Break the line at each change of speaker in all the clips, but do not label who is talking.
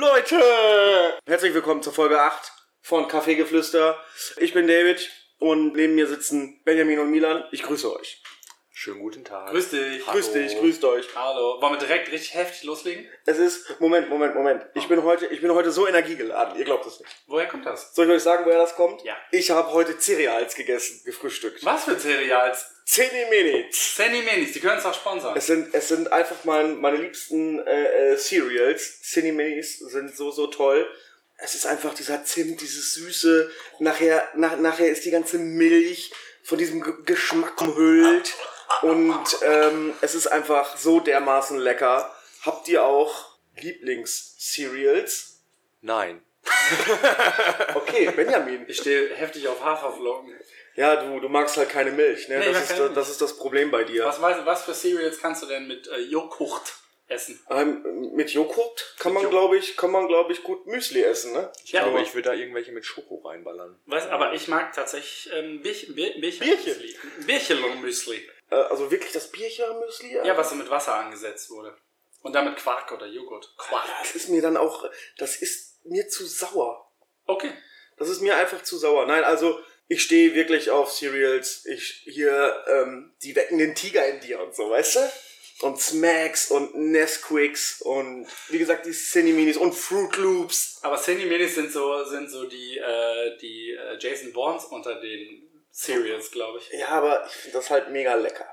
Leute! Herzlich willkommen zur Folge 8 von Kaffeegeflüster. Ich bin David und neben mir sitzen Benjamin und Milan. Ich grüße euch.
Schönen guten Tag.
Grüß dich.
Hallo.
Grüß dich, grüßt euch.
Hallo. Wollen wir direkt richtig heftig loslegen?
Es ist, Moment, Moment, Moment. Ich bin heute, ich bin heute so energiegeladen, ihr glaubt es nicht.
Woher kommt das?
Soll ich euch sagen, woher das kommt?
Ja.
Ich habe heute Cereals gegessen, gefrühstückt.
Was für Cereals?
Zeni Minutes.
Sandy Minis, die können es auch sponsern.
Es sind, es sind einfach mein, meine liebsten äh, äh, Cereals. Cine Minis sind so, so toll. Es ist einfach dieser Zimt, dieses Süße. Nachher, nach, nachher ist die ganze Milch von diesem G Geschmack umhüllt. Und ähm, es ist einfach so dermaßen lecker. Habt ihr auch Lieblings-Cereals?
Nein.
Okay, Benjamin.
Ich stehe heftig auf Haferflocken.
Ja, du, du magst halt keine Milch, ne?
Nee, ich mag
das, ist,
keine Milch.
das ist das Problem bei dir.
Was, weiß- was für Cereals kannst du denn mit äh, Joghurt essen?
Ähm, mit Joghurt kann man,
Mit Jo-
glaube ich, kann man, glaube ich, gut Müsli essen, ne?
Ich
Ja,
glaube,
aber-
ich würde da irgendwelche mit Schoko reinballern.
Weiß, aber ich mag tatsächlich ähm, Bierchen.
Bierchen.
Bierchen Müsli.
Äh, also wirklich das Bierchen-Müsli?
Ja, was so mit Wasser angesetzt wurde. Und damit Quark oder Joghurt. Quark.
Das ist mir dann auch, das ist mir zu sauer.
Okay.
Das ist mir einfach zu sauer. Nein, also ich stehe wirklich auf Cereals. Ich hier, ähm, die wecken den Tiger in dir und so, weißt du? Und Smacks und Nesquiks und wie gesagt die Cineminis und Fruit Loops.
Aber Sandy Minis sind so, sind so die, äh, die äh, Jason Bournes unter den Cereals, glaube ich.
Ja, aber ich finde das halt mega lecker.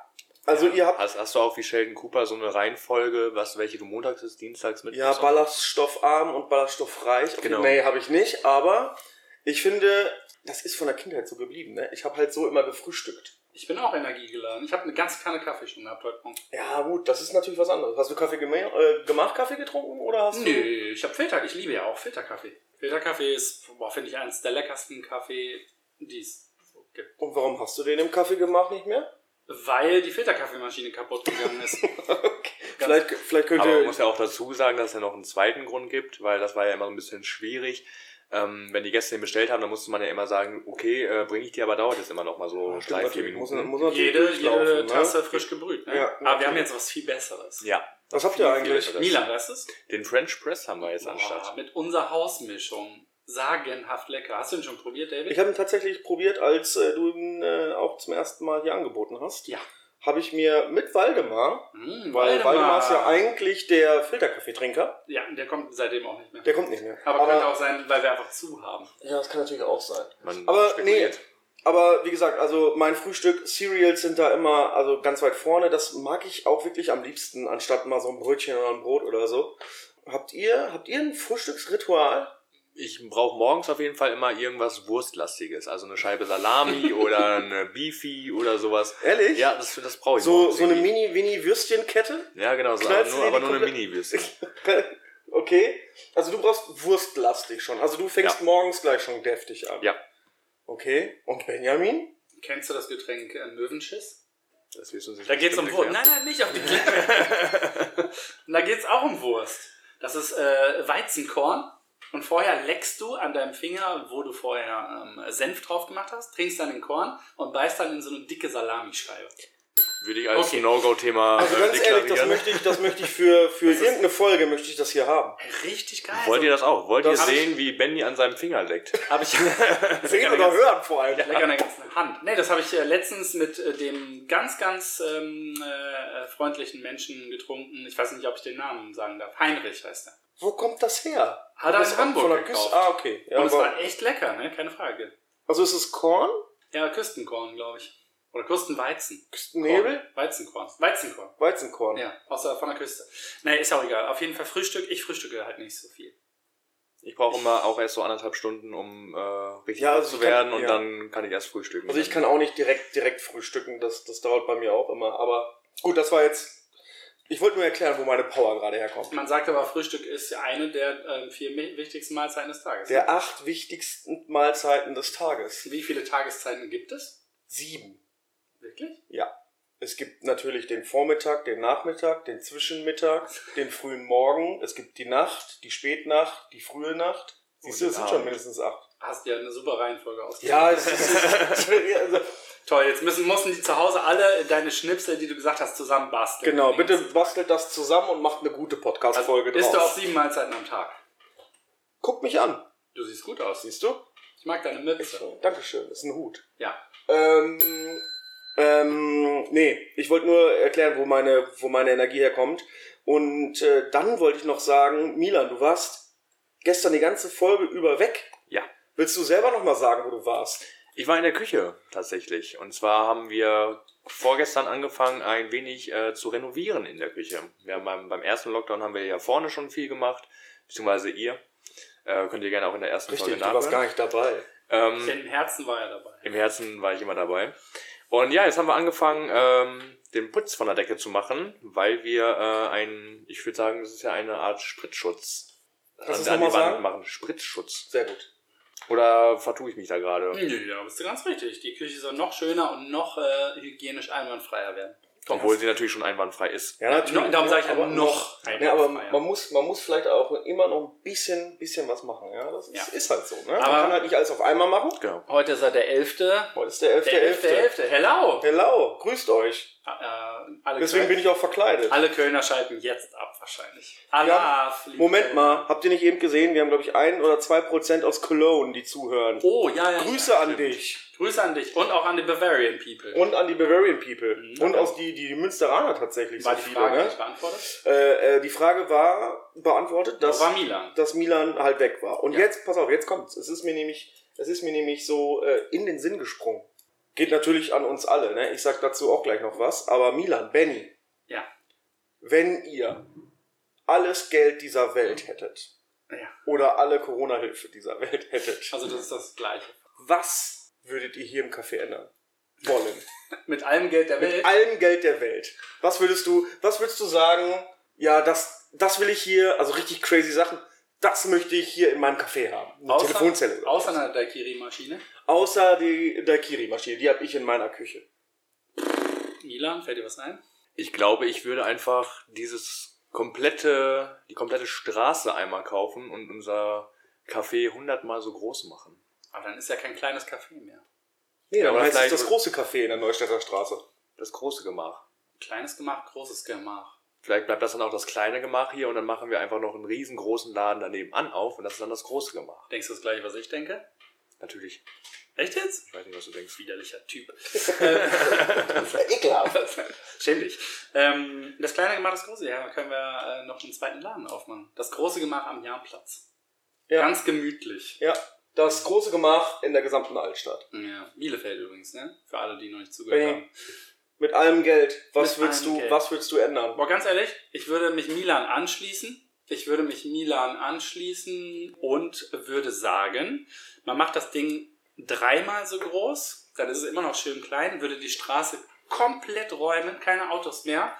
Also ihr habt
Hast, hast du auch wie Sheldon Cooper so eine Reihenfolge, was welche du montags ist, dienstags mit?
Ja, ballaststoffarm und ballaststoffreich. Okay,
Genau.
Nee, habe ich nicht, aber ich finde, das ist von der Kindheit so geblieben. Ne? Ich habe halt so immer gefrühstückt.
Ich bin auch energiegeladen. Ich habe eine ganze Kanne Kaffee schon gehabt heute Morgen.
Ja, gut, das ist natürlich was anderes. Hast du Kaffee gema äh, gemacht, Kaffee getrunken oder hast
Nö, ich habe Filter. Ich liebe ja auch Filterkaffee. Filterkaffee ist, boah, finde ich, eines der leckersten Kaffee, die es gibt.
du. Und warum hast du den im Kaffee gemacht nicht mehr?
Weil die Filterkaffeemaschine kaputt gegangen ist.
Vielleicht, vielleicht
Aber man
könnte.
muss ja auch dazu sagen, dass es ja noch einen zweiten Grund gibt, weil das war ja immer so ein bisschen schwierig. Ähm, wenn die Gäste den bestellt haben, dann musste man ja immer sagen, okay, äh, bringe ich dir, aber dauert es immer noch mal so
Stimmt,
drei, vier
natürlich. Muss,
Minuten. ne?
muss natürlich
jede
durchlaufen,
jede
ne?
Tasse frisch gebrüht. Ne?
Ja,
Aber wir haben
natürlich.
jetzt was viel Besseres.
Ja.
Was habt ihr
Viel, viel
eigentlich?
besser.
Milan, weißt du's?
Den French Press haben wir jetzt
Boah,
anstatt.
mit unserer Hausmischung. Sagenhaft lecker. Hast du ihn schon probiert, David?
Ich habe ihn tatsächlich probiert, als äh, du ihn äh, auch zum ersten Mal hier angeboten hast.
Ja.
Habe ich mir mit Waldemar,
Mmh,
weil Waldemar ist ja eigentlich der Filterkaffeetrinker.
Ja, der kommt seitdem auch nicht mehr.
Der kommt nicht mehr.
Aber, könnte auch sein, weil wir einfach zu haben.
ja, das kann natürlich auch sein.
Man
Aber nee,
spekuliert.
aber wie gesagt, also mein Frühstück, Cereals sind da immer also ganz weit vorne. Das mag ich auch wirklich am liebsten, anstatt mal so ein Brötchen oder ein Brot oder so. Habt ihr, habt ihr ein Frühstücksritual?
Ich brauche morgens auf jeden Fall immer irgendwas Wurstlastiges. Also eine Scheibe Salami oder eine Beefy oder sowas.
Ehrlich?
Ja, das, das brauche ich
So,
morgens
so eine
irgendwie.
Mini-Mini-Würstchenkette?
Ja, genau. So, aber
Knallst du
nur,
dir
aber
die
nur eine
komplett-
Mini-Würstchen.
Okay. Also du brauchst wurstlastig schon. Also du fängst
Ja.
morgens gleich schon deftig an.
Ja.
Okay. Und Benjamin?
Kennst du das Getränk äh, Möwenschiss?
Das wirst du uns nicht
Da geht's um
bestimmt
Wurst.
erklären.
Nein, nein, nicht auf die Klinge. da geht's auch um Wurst. Das ist äh, Weizenkorn. Und vorher leckst du an deinem Finger, wo du vorher ähm, Senf drauf gemacht hast, trinkst dann den Korn und beißt dann in so eine dicke Salamischeibe.
Würde ich als
Okay.
No-Go-Thema
Also
äh,
ganz ehrlich,
deklarieren.
das möchte ich, das möchte ich für, für
ist-
irgendeine Folge möchte ich das hier haben.
Ey, Richtig geil.
Wollt ihr das auch? Wollt
also Das-
ihr sehen, wie Benny an seinem Finger leckt?
Hab ich sehen
hören vor allem.
Lecker an der ganzen Hand. Nee, das habe ich äh, letztens mit äh, dem ganz, ganz ähm, äh, äh, freundlichen Menschen getrunken. Ich weiß nicht, ob ich den Namen sagen darf. Heinrich heißt er.
Wo kommt das her?
Hat er
Das
in
kommt von der
Hamburg
Küste?
gekauft.
Ah, okay. Ja,
Und es
aber,
war echt lecker, ne? Keine Frage.
also ist es Korn?
Ja, Küstenkorn, glaube ich. Oder Küstenweizen.
Küstennebel?
Korn. Weizenkorn. Weizenkorn.
Weizenkorn.
Ja, außer von der Küste. Nee, ist ja auch egal. Auf jeden Fall Frühstück. Ich frühstücke halt nicht so viel.
Ich brauche immer auch erst so anderthalb Stunden, um äh, richtig
Ja,
wach
also
zu
ich kann-
werden und
ja.
dann kann ich erst frühstücken.
Also ich kann auch nicht direkt, direkt frühstücken, das, das dauert bei mir auch immer. Aber gut, das war jetzt. Ich wollte nur erklären, wo meine Power gerade herkommt.
Man sagt aber, Frühstück ist ja eine der ähm, vier mi- wichtigsten Mahlzeiten des Tages.
Der acht wichtigsten Mahlzeiten des Tages.
Wie viele Tageszeiten gibt es?
Sieben.
Wirklich?
Es gibt natürlich den Vormittag, den Nachmittag, den Zwischenmittag, den frühen Morgen. Es gibt die Nacht, die Spätnacht, die frühe Nacht. Siehst du,
Und
es
den
sind schon
Abend.
mindestens acht.
Hast ja eine super Reihenfolge aus.
Ja, es ist, es ist also,
Toll, jetzt müssen, mussten die zu Hause alle deine Schnipsel, die du gesagt hast, zusammen basteln.
genau. Bitte bastelt das zusammen und macht eine gute Podcast-Folge
Folge Bist Also, du auf
draus.
sieben Mahlzeiten am Tag?
Guck mich an.
Du siehst gut aus.
Siehst du?
Ich mag deine
Ich,
Mütze.
Dankeschön. Ist ein Hut.
Ja.
Ähm, ähm, nee, ich wollte nur erklären, wo meine, wo meine Energie herkommt. Und äh, dann wollte ich noch sagen, Milan, du warst gestern die ganze Folge über weg.
Ja.
Willst du selber noch mal sagen, wo du warst?
Ich war in der Küche tatsächlich. Und zwar haben wir vorgestern angefangen, ein wenig äh, zu renovieren in der Küche. Wir haben beim, beim ersten Lockdown haben wir ja vorne schon viel gemacht, beziehungsweise ihr. Äh, könnt ihr gerne auch in der ersten Folge nachhören.
nicht dabei. Hm.
Ähm,
Im Herzen war er dabei.
Im Herzen war ich immer dabei. Und ja, jetzt haben wir angefangen, ähm, den Putz von der Decke zu machen, weil wir äh, einen, ich würde sagen, das ist ja eine Art Spritzschutz
Kannst du's
an, an die
nochmal
Wand
sagen?
machen. Spritzschutz.
Sehr gut.
Oder vertue ich mich da gerade?
Nö, da bist du ganz richtig. Die Küche soll noch schöner und noch äh, hygienisch einwandfreier werden.
Obwohl sie natürlich schon einwandfrei ist.
Ja,
No, darum sage ich ja
aber-
noch
Ja, aber
einwandfreier.
man muss, man muss vielleicht auch immer noch ein bisschen, bisschen was machen. Ja, das ist,
Ja.
ist halt so. Ne? Man
Aber-
kann halt nicht alles auf einmal machen.
Genau.
Heute ist er der 11. Der
Heute ist der 11.11.
11. 11. Hello!
Hello, grüßt euch.
Äh, alle,
Deswegen bin ich auch verkleidet.
alle Kölner schalten jetzt ab wahrscheinlich.
Ja.
Alaf, liebe
Moment
Kölner.
mal, habt ihr nicht eben gesehen, wir haben, glaube ich, ein oder zwei Prozent aus Cologne, die zuhören.
Oh, ja, ja.
Grüße
ja,
an
stimmt.
dich
Grüße an dich und auch an die Bavarian People.
und an die Bavarian People
Mhm.
und auch die, die Münsteraner tatsächlich
war
so
die
viele.
Frage
ne?
nicht beantwortet?
äh, äh, die Frage war beantwortet,
Das
dass,
war Milan.
dass Milan halt weg war. Und
Ja.
jetzt, pass auf, jetzt kommt's. Es ist mir nämlich, es ist mir nämlich so äh, in den Sinn gesprungen. Geht natürlich an uns alle, ne? Ich sag dazu auch gleich noch was. Aber Milan, Benny,
Ja.
wenn ihr alles Geld dieser Welt hättet
Ja.
oder alle Corona-Hilfe dieser Welt hättet,
Also das ist das Gleiche.
was würdet ihr hier im Café ändern? Wollen.
Mit allem Geld der Welt.
Mit allem Geld der Welt. Was würdest du, was würdest du sagen, ja, das, das will ich hier, also richtig crazy Sachen, das möchte ich hier in meinem Café haben. Eine Telefonzelle.
Außer einer Daikiri-Maschine.
Außer die Daikiri-Maschine, die habe ich in meiner Küche.
Milan, fällt dir was ein?
Ich glaube, ich würde einfach dieses komplette, die komplette Straße einmal kaufen und unser Café hundertmal so groß machen.
Aber dann ist ja kein kleines Café mehr.
Nee,
Ja,
aber
aber
heißt es
vielleicht-
das große Café in der Neustädter Straße.
Das große Gemach.
Kleines Gemach, großes Gemach.
Vielleicht bleibt das dann auch das kleine Gemach hier und dann machen wir einfach noch einen riesengroßen Laden daneben an auf und das ist dann das große Gemach.
Denkst du das gleiche, was ich denke?
Natürlich.
Echt jetzt?
Ich weiß nicht, was du denkst.
Widerlicher Typ.
Ekelhaft.
Schäm dich. Ähm, das kleine Gemach, das große, ja, da können wir äh, noch einen zweiten Laden aufmachen. Das große Gemach am Jahnplatz.
Ja.
Ganz gemütlich.
Ja, das große Gemach in der gesamten Altstadt.
Ja, Bielefeld übrigens, ne? Für alle, die noch nicht
Ja.
zugehört haben.
Mit allem Geld. Was
Mit
willst
allem
du,
Geld.
was willst du ändern?
Boah, ganz ehrlich, ich würde mich Milan anschließen. Ich würde mich Milan anschließen und würde sagen, man macht das Ding dreimal so groß, dann ist es immer noch schön klein, würde die Straße komplett räumen, keine Autos mehr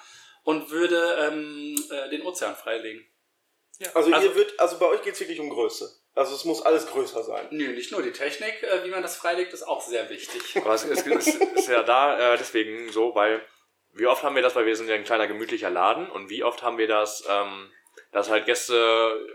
und würde ähm, äh, den Ozean freilegen.
Also,
Also-
ihr wird, also bei euch geht es wirklich um Größe. Also es muss alles größer sein.
Nö, nicht nur die Technik, äh, wie man das freilegt, ist auch sehr wichtig.
Aber es, es, es ist ja da äh, deswegen so, weil wie oft haben wir das, weil wir sind ja ein kleiner gemütlicher Laden und wie oft haben wir das, ähm, dass halt Gäste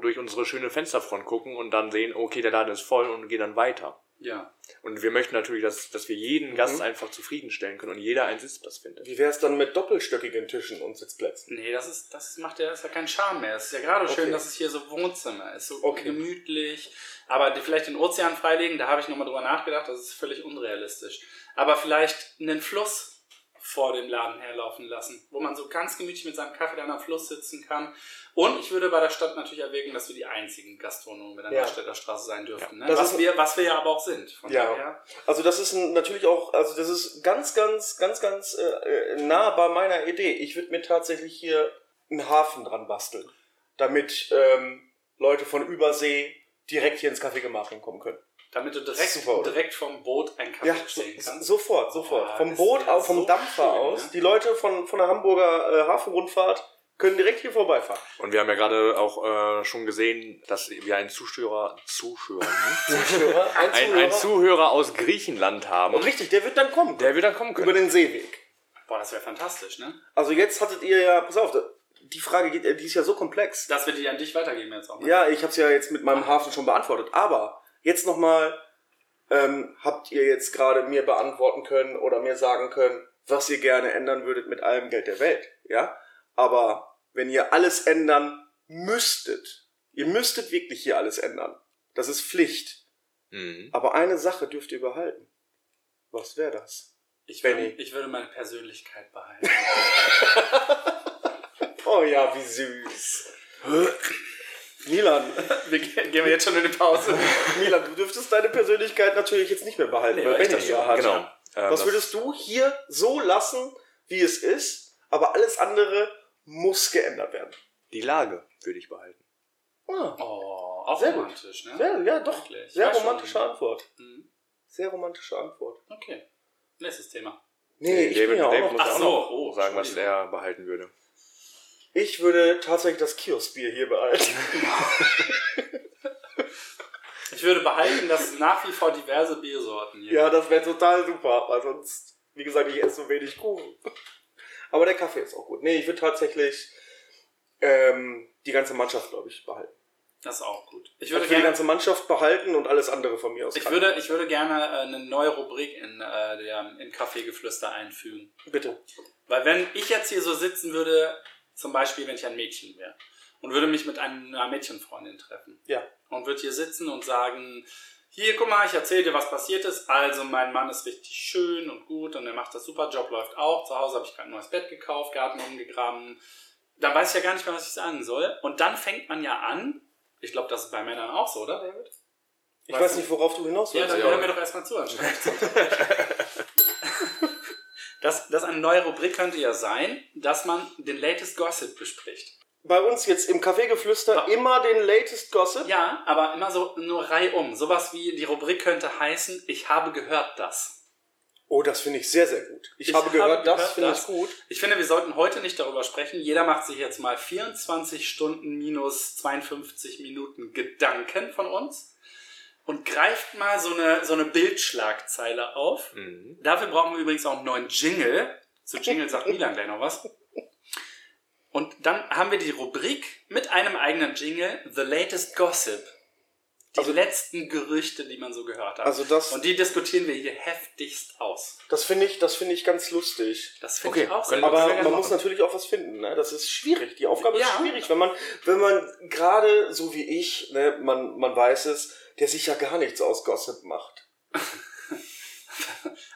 durch unsere schöne Fensterfront gucken und dann sehen, okay, der Laden ist voll und gehen dann weiter.
Ja.
Und wir möchten natürlich, dass, dass wir jeden Gast einfach zufriedenstellen können und jeder einen Sitzplatz findet.
Wie wäre es dann mit doppelstöckigen Tischen und Sitzplätzen?
Nee, das ist, das macht ja, das ist ja kein Charme mehr. Es ist ja gerade schön,
Okay.
dass es hier so Wohnzimmer ist, so
Okay.
gemütlich. Aber die, vielleicht den Ozean freilegen, da habe ich nochmal drüber nachgedacht, das ist völlig unrealistisch. Aber vielleicht einen Fluss vor dem Laden herlaufen lassen, wo man so ganz gemütlich mit seinem Kaffee dann am Fluss sitzen kann. Und ich würde bei der Stadt natürlich erwägen, dass wir die einzigen Gastronomen mit der
Ja.
Neustädter Straße sein dürften. Ne?
Das
Was,
ist-
wir, was wir ja aber auch sind. Von
Ja.
daher.
Also das ist ein, natürlich auch, also das ist ganz, ganz, ganz, ganz äh, äh, nah bei meiner Idee. Ich würde mir tatsächlich hier einen Hafen dran basteln, damit ähm, Leute von Übersee direkt hier ins Café Gemachen kommen können.
Damit du direkt,
Super, oder?
direkt vom Boot einen Kaffee
Ja, so,
bestellen kannst.
sofort, sofort.
Ah,
vom
das
Boot,
wäre
aus, vom
so
Dampfer
schön,
aus.
ne?
Die Leute von, von der Hamburger äh, Hafenrundfahrt können direkt hier vorbeifahren.
Und wir haben ja gerade auch äh, schon gesehen, dass wir einen Zuschauer, Zuschauer, ne?
Zuhörer, äh, ein
ein,
Zuhörer.
einen Zuhörer aus Griechenland haben.
Und richtig, der wird dann kommen.
Der wird dann kommen
über
können.
den Seeweg.
Boah, das wäre fantastisch, ne?
Also jetzt hattet ihr ja, pass auf, die Frage geht, die ist ja so komplex.
Das wird die an dich weitergeben jetzt auch. Ne?
Ja, ich habe es ja jetzt mit meinem Hafen schon beantwortet. Aber jetzt nochmal, ähm, habt ihr jetzt gerade mir beantworten können oder mir sagen können, was ihr gerne ändern würdet mit allem Geld der Welt, ja? Aber wenn ihr alles ändern müsstet, Ihr müsstet wirklich hier alles ändern. Das ist Pflicht.
Mhm.
Aber eine Sache dürft ihr behalten. Was wäre das?
Ich,
Benny.
würd- ich würde meine Persönlichkeit behalten.
Oh ja, wie süß. Milan,
wir ge- gehen wir jetzt schon in die Pause.
Milan, du dürftest deine Persönlichkeit natürlich jetzt nicht mehr behalten,
Nee,
weil
weil ich
Benny
das
sie
schon-
hat.
Genau. Ähm,
Was
das-
würdest du hier so lassen, wie es ist, aber alles andere muss geändert werden?
Die Lage würde ich behalten.
Ah,
Oh, auch
Sehr gut.
romantisch, ne?
sehr, ja, doch.
Wirklich.
Sehr
Ja, schon.
romantische Antwort.
Mhm.
Sehr romantische Antwort.
Okay. Nächstes Thema.
Nee, ich bin
Äh, David,
ja auch
David
noch
muss
Ach
auch
so,
noch
oh,
sagen, was
Entschuldigung.
er behalten würde.
Ich würde tatsächlich das Kioskbier hier behalten.
Ich würde behalten, dass nach wie vor diverse Biersorten hier.
ja, das wäre total super, weil sonst, wie gesagt, ich esse so wenig Kuchen. Aber der Kaffee ist auch gut. Nee, ich würde tatsächlich ähm, die ganze Mannschaft, glaube ich, behalten.
Das ist auch gut. Ich
Ich würde
würde,
die
gerne,
ganze Mannschaft behalten und alles andere von mir aus.
ich
kann.
würde, ich würde gerne äh, eine neue Rubrik in, äh, der, in Kaffeegeflüster einfügen.
Bitte.
Weil wenn ich jetzt hier so sitzen würde, zum Beispiel, wenn ich ein Mädchen wäre und würde mich mit einer Mädchenfreundin treffen
Ja.
und würde hier sitzen und sagen, hier, guck mal, ich erzähle dir, was passiert ist. Also, mein Mann ist richtig schön und gut und er macht das super, Job läuft auch. Zu Hause habe ich gerade ein neues Bett gekauft, Garten umgegraben. Dann weiß ich ja gar nicht mehr, was ich sagen soll. Und dann fängt man ja an, ich glaube, das ist bei Männern auch so, oder, David?
Ich
Weißt
weiß
du-
nicht, worauf du hinaus
Ja,
willst.
dann
Ja.
hör mir doch erstmal zu, anscheinend. das, das eine neue Rubrik könnte ja sein, dass man den latest Gossip bespricht.
Bei uns jetzt im Kaffeegeflüster
Ja.
immer den latest Gossip.
Ja, aber immer so nur reihum. Sowas wie die Rubrik könnte heißen, ich habe gehört das.
Oh, das finde ich sehr, sehr gut. Ich,
Ich
habe
habe
gehört, das
gehört,
finde ich
das.
gut.
Ich finde, wir sollten heute nicht darüber sprechen. Jeder macht sich jetzt mal 24 Stunden minus 52 Minuten Gedanken von uns und greift mal so eine, so eine Bildschlagzeile auf.
Mhm.
Dafür brauchen wir übrigens auch einen neuen Jingle. Zu Jingle sagt Milan gleich noch was. Und dann haben wir die Rubrik mit einem eigenen Jingle, The Latest Gossip. Die
Also-
letzten Gerüchte, die man so gehört hat.
Also das,
Und die diskutieren wir hier heftigst aus.
das finde ich, das finde ich ganz lustig.
Das finde
Okay,
ich auch sehr
können
Aber
wir- sehr gerne
man muss
machen.
natürlich auch was finden. Ne? Das ist schwierig. Die Aufgabe ist
Ja.
schwierig, wenn man, wenn man gerade so wie ich, ne, man, man weiß es, der sich ja gar nichts aus Gossip macht.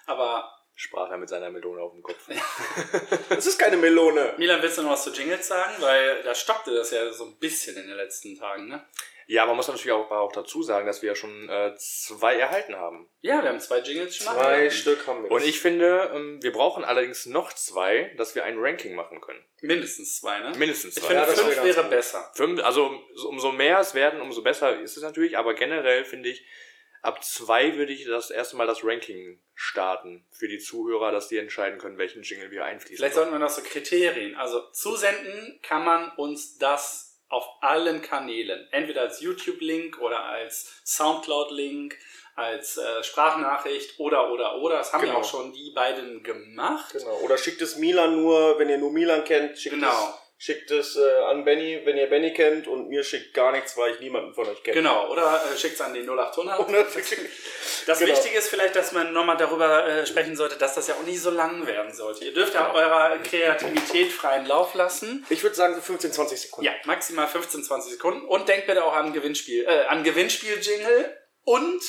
Aber
Sprach er mit seiner Melone auf dem Kopf.
Das ist keine Melone.
Milan, willst du noch was zu Jingles sagen? Weil da stockte das ja so ein bisschen in den letzten Tagen, ne?
Ja, man muss natürlich auch, auch dazu sagen, dass wir ja schon äh, zwei erhalten haben.
Ja, wir haben zwei Jingles schon
Zwei
nachgeladen.
Stück haben wir.
Und ich finde, ähm, wir brauchen allerdings noch zwei, dass wir ein Ranking machen können.
Mindestens zwei, ne?
Mindestens
ich
zwei.
finde,
Ja, das wär
fünf
ganz
wäre
gut.
besser.
Fünf, also so- umso mehr es werden, umso besser ist es natürlich, aber generell finde ich, ab zwei würde ich das erste Mal das Ranking starten für die Zuhörer, dass die entscheiden können, welchen Jingle wir einfließen.
Vielleicht sollten wir noch so Kriterien. Also zusenden kann man uns das auf allen Kanälen. Entweder als YouTube-Link oder als Soundcloud-Link, als äh, Sprachnachricht oder, oder, oder. Das haben
Genau.
wir auch schon die beiden gemacht.
genau. Oder schickt es Milan nur, wenn ihr nur Milan kennt, schickt
Genau.
es, schickt es äh, an Benny, wenn ihr Benny kennt und mir schickt gar nichts, weil ich niemanden von euch kenne.
Genau, oder äh, schickt es an den 0800.
Genau.
Das
Genau.
Wichtige ist vielleicht, dass man nochmal darüber äh, sprechen sollte, dass das ja auch nicht so lang werden sollte. Ihr dürft
Genau.
ja eurer Kreativität freien Lauf lassen.
Ich würde sagen, so 15, 20 Sekunden.
Ja, maximal 15, 20 Sekunden. Und denkt bitte auch an Gewinnspiel, äh, an Gewinnspiel-Jingle und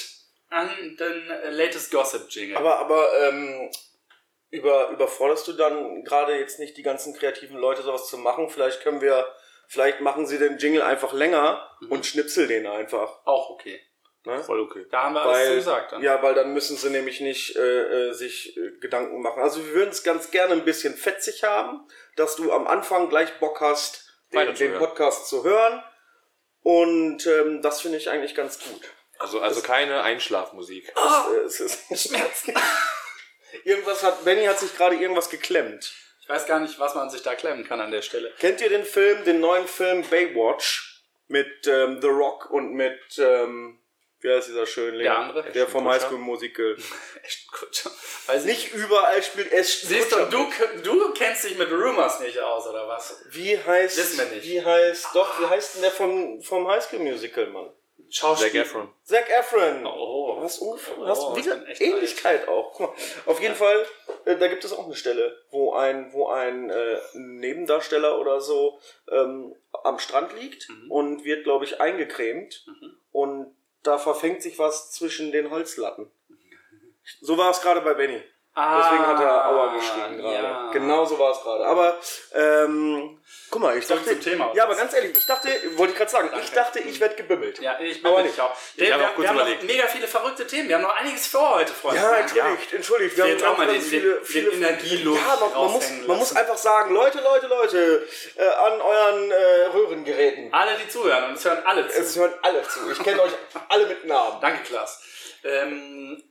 an den äh, Latest Gossip-Jingle.
Aber, aber ähm, über, überforderst du dann gerade jetzt nicht die ganzen kreativen Leute, sowas zu machen? Vielleicht können wir, vielleicht machen sie den Jingle einfach länger
Mhm.
und schnipsel den einfach.
auch okay.
Ne?
Voll okay.
Da haben wir alles zu
Weil,
gesagt dann.
ja, weil dann müssen sie nämlich nicht äh, äh, sich äh, Gedanken machen. Also wir würden es ganz gerne ein bisschen fetzig haben, dass du am Anfang gleich Bock hast, den, den
Weiterzuhören.
Podcast zu hören. Und ähm, das finde ich eigentlich ganz gut.
Also, also keine Einschlafmusik.
Ah!
Das, äh, es ist Schmerzen. irgendwas hat, Benny hat sich gerade irgendwas geklemmt.
Ich weiß gar nicht, was man sich da klemmen kann an der Stelle.
Kennt ihr den Film, den neuen Film Baywatch mit ähm, The Rock und mit, ähm, wie heißt dieser Schönling?
Der andere?
Der vom High
Ashton
School Musical.
Echt gut. Weiß ich
Nicht überall spielt Ashton
Siehst du,
Kutcher
du, du kennst dich mit Rumors nicht aus, oder was?
Wie heißt,
Wissen wir nicht.
wie heißt, doch, wie heißt denn der vom, vom High School Musical, Mann?
Zac
Schauspieler.
Efron.
Zac Efron. Du
Oh.
hast ungefähr, du hast
Oh, ich
wieder
bin echt
Ähnlichkeit auch. Guck mal, Auf jeden Fall, äh, da gibt es auch eine Stelle, wo ein, wo ein äh, Nebendarsteller oder so ähm, am Strand liegt
Mhm.
und wird, glaube ich, eingecremt
Mhm.
und da verfängt sich was zwischen den Holzlatten. So war es gerade bei Benny. Deswegen hat er Aua geschrieben gerade.
Ah, ja.
Genau so war es gerade. Aber ähm, guck mal, ich
Zurück
dachte,
zum Thema.
ja, aber ganz ehrlich, ich dachte, wollte ich gerade sagen, ich
Danke.
dachte, ich werde gebimmelt.
Ja, ich
Aber
bin
nicht.
nicht auch.
Ich habe
wir,
auch kurz
wir haben noch
überlegt.
mega viele verrückte Themen. Wir haben noch einiges vor heute, Freunde.
Ja, entschuldigt, entschuldigt. Wir haben
Ich will jetzt auch mal
ganz
den- den- den Energieluft
Ja, man, man, muss,
raushängen
man muss
lassen.
einfach sagen, Leute, Leute, Leute, äh, an euren äh, Röhrengeräten.
Alle, die zuhören, und es hören alle zu.
Es hören alle zu. Ich kenne euch alle mit Namen.
Danke, Klaas. Ähm,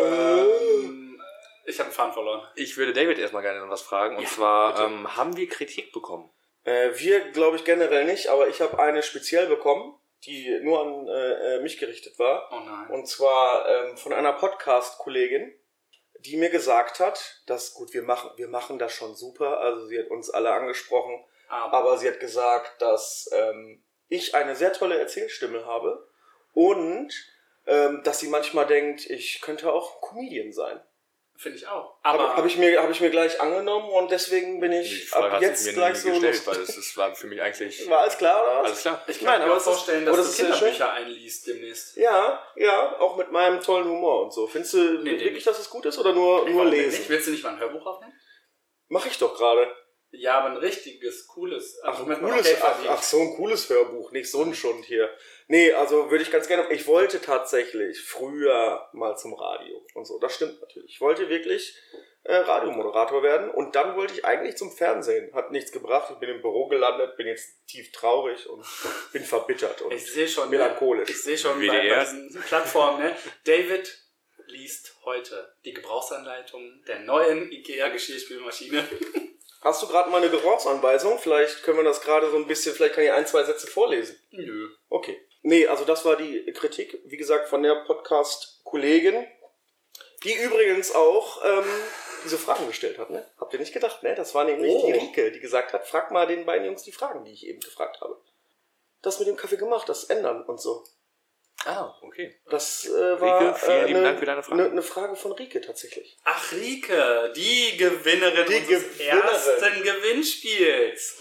ähm, ich habe einen Faden verloren.
Ich würde David erstmal gerne noch was fragen. Und zwar, ähm, haben wir Kritik bekommen?
Äh, wir, glaube ich, generell nicht, aber ich habe eine speziell bekommen, die nur an äh, äh, mich gerichtet war.
Oh nein.
Und zwar ähm, von einer Podcast-Kollegin, die mir gesagt hat, dass gut, wir machen, wir machen das schon super. Also sie hat uns alle angesprochen,
Aber.
aber sie hat gesagt, dass ähm, ich eine sehr tolle Erzählstimme habe und ähm, dass sie manchmal denkt, ich könnte auch Comedian sein.
Finde ich auch.
Aber
Aber.
habe ich mir habe ich mir gleich angenommen und deswegen bin ich ab jetzt gleich so lustig.
weil es, es war für mich eigentlich
War alles klar oder was?
alles klar.
ich
Nein,
kann
aber
mir auch
das ist-
vorstellen,
aber
dass
das
du
ist ja schön.
Kinderbücher einliest demnächst.
Ja, ja, auch mit meinem tollen Humor und so. Findest du
Nee, nee,
wirklich,
nee.
dass es gut ist oder nur,
Ey,
nur
warum denn
lesen?
Nicht? Willst du nicht mal ein Hörbuch aufnehmen?
Mach ich doch gerade.
Ja, aber ein richtiges, cooles.
Ach,
Also
ein
womit man auch
cooles,
Geld
ach,
verdient.
ach, so ein cooles Hörbuch, nicht so ein Schund hier. Nee, also würde ich ganz gerne. Ich wollte tatsächlich früher mal zum Radio und so. Das stimmt natürlich. Ich wollte wirklich äh, Radiomoderator werden und dann wollte ich eigentlich zum Fernsehen. Hat nichts gebracht. Ich bin im Büro gelandet, bin jetzt tief traurig und bin verbittert und
Ich sehe schon. ne?
melancholisch.
Ich sehe schon bei, bei
WDR.
diesen Plattformen, ne? David liest heute die Gebrauchsanleitung der neuen IKEA-Geschirrspülmaschine.
Hast du gerade mal eine Gebrauchsanweisung? Vielleicht können wir das gerade so ein bisschen. Vielleicht kann ich ein, zwei Sätze vorlesen.
Nö.
Okay. Nee, also das war die Kritik, wie gesagt, von der Podcast-Kollegin, die übrigens auch ähm, diese Fragen gestellt hat. Ne? Habt ihr nicht gedacht, ne? Das war nämlich
Oh.
die Rike, die gesagt hat, frag mal den beiden Jungs die Fragen, die ich eben gefragt habe. Das mit dem Kaffee gemacht, das ändern und so.
Ah, okay.
Das äh, war
Rike, vielen
äh,
lieben Dank für deine Frage.
Eine, eine Frage von Rike tatsächlich.
Ach, Rike, die Gewinnerin
Die
unseres
Gewinnerin.
ersten Gewinnspiels.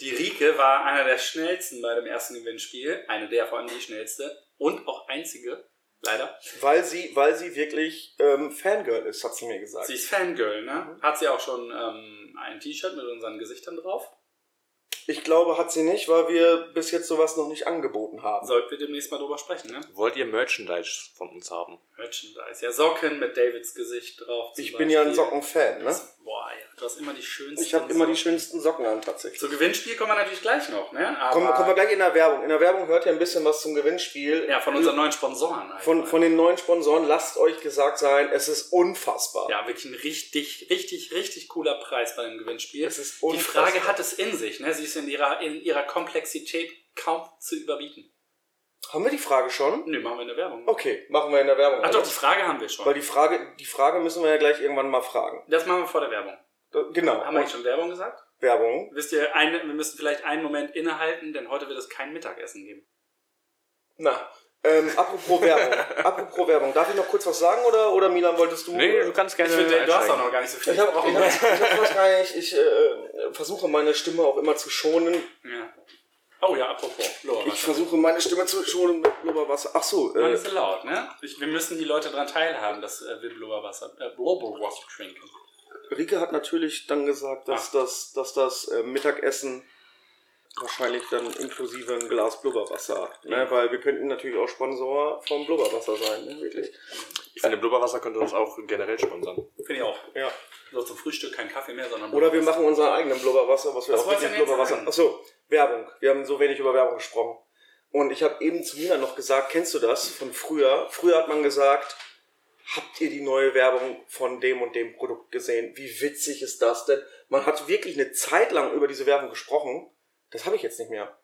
Die Rike war einer der schnellsten bei dem ersten Gewinnspiel. Eine der, vor allem die schnellste. Und auch einzige, leider.
Weil sie, weil sie wirklich ähm, Fangirl ist, hat sie mir gesagt.
Sie ist Fangirl, ne? Hat sie auch schon ähm, ein T-Shirt mit unseren Gesichtern drauf?
ich glaube, hat sie nicht, weil wir bis jetzt sowas noch nicht angeboten haben.
Sollten wir demnächst mal drüber sprechen, ne?
Wollt ihr Merchandise von uns haben?
Merchandise. Ja, Socken mit Davids Gesicht drauf. zum
ich bin ja ein
Beispiel.
Sockenfan, ne?
Boah, ja, du hast immer die schönsten.
Ich habe immer die
Socken.
schönsten Socken an tatsächlich.
Zu Gewinnspiel kommen wir natürlich gleich noch, ne? Aber
Kommen, kommen wir gleich in der Werbung. In der Werbung hört ihr ein bisschen was zum Gewinnspiel.
ja, von unseren neuen Sponsoren. halt
Von,
mal.
von den neuen Sponsoren, lasst euch gesagt sein, es ist unfassbar.
ja, wirklich ein richtig, richtig, richtig cooler Preis bei dem Gewinnspiel.
Es ist
die
unfassbar.
Frage hat es in sich, ne? Sie ist in ihrer, in ihrer Komplexität kaum zu überbieten.
Haben wir die Frage schon?
Nö, machen wir eine Werbung.
Okay, machen wir in der Werbung.
Ach doch, die Frage haben wir
Weil
schon.
die Frage, die Frage müssen wir ja gleich irgendwann mal fragen.
Das machen wir vor der Werbung.
Da- Genau.
Haben wir eigentlich schon Werbung gesagt?
Werbung.
Wisst ihr, ein, wir müssen vielleicht einen Moment innehalten, denn heute wird es kein Mittagessen geben.
Na. Ähm, apropos Werbung. apropos Werbung. Darf ich noch kurz was sagen oder, oder Milan, wolltest du?
Nee, du kannst gerne.
Ich finde, du hast auch
einsteigen.
noch gar nicht so viel
ich habe
gesprochen.
ich hab, ich hab was gar nicht. Ich äh, versuche meine Stimme auch immer zu schonen.
Ja. Oh ja, apropos. Laura,
Ich versuche meine Stimme zu schonen mit Blubberwasser. Ach so,
man
äh,
ist so laut, ne? Ich, wir müssen die Leute daran teilhaben, dass äh, wir Blubberwasser, äh, Blubberwasser trinken.
Rike hat natürlich dann gesagt, dass das, dass das äh, Mittagessen wahrscheinlich dann inklusive ein Glas Blubberwasser hat. Ne? Weil wir könnten natürlich auch Sponsor vom Blubberwasser sein, ne? wirklich.
Ich finde, Blubberwasser könnte uns auch generell sponsern.
Finde ich auch.
Ja.
So zum Frühstück kein Kaffee mehr, sondern
Oder wir
Blubberwasser.
machen unseren eigenen Blubberwasser, was wir
Was
auch
wolltest
mit dem
du denn jetzt
Blubberwasser.
sagen?
Achso, Werbung. Wir haben so wenig über Werbung gesprochen. Und ich habe eben zu Mina noch gesagt, kennst du das von früher? Früher hat man gesagt, habt ihr die neue Werbung von dem und dem Produkt gesehen? Wie witzig ist das denn? Man hat wirklich eine Zeit lang über diese Werbung gesprochen. Das habe ich jetzt nicht mehr.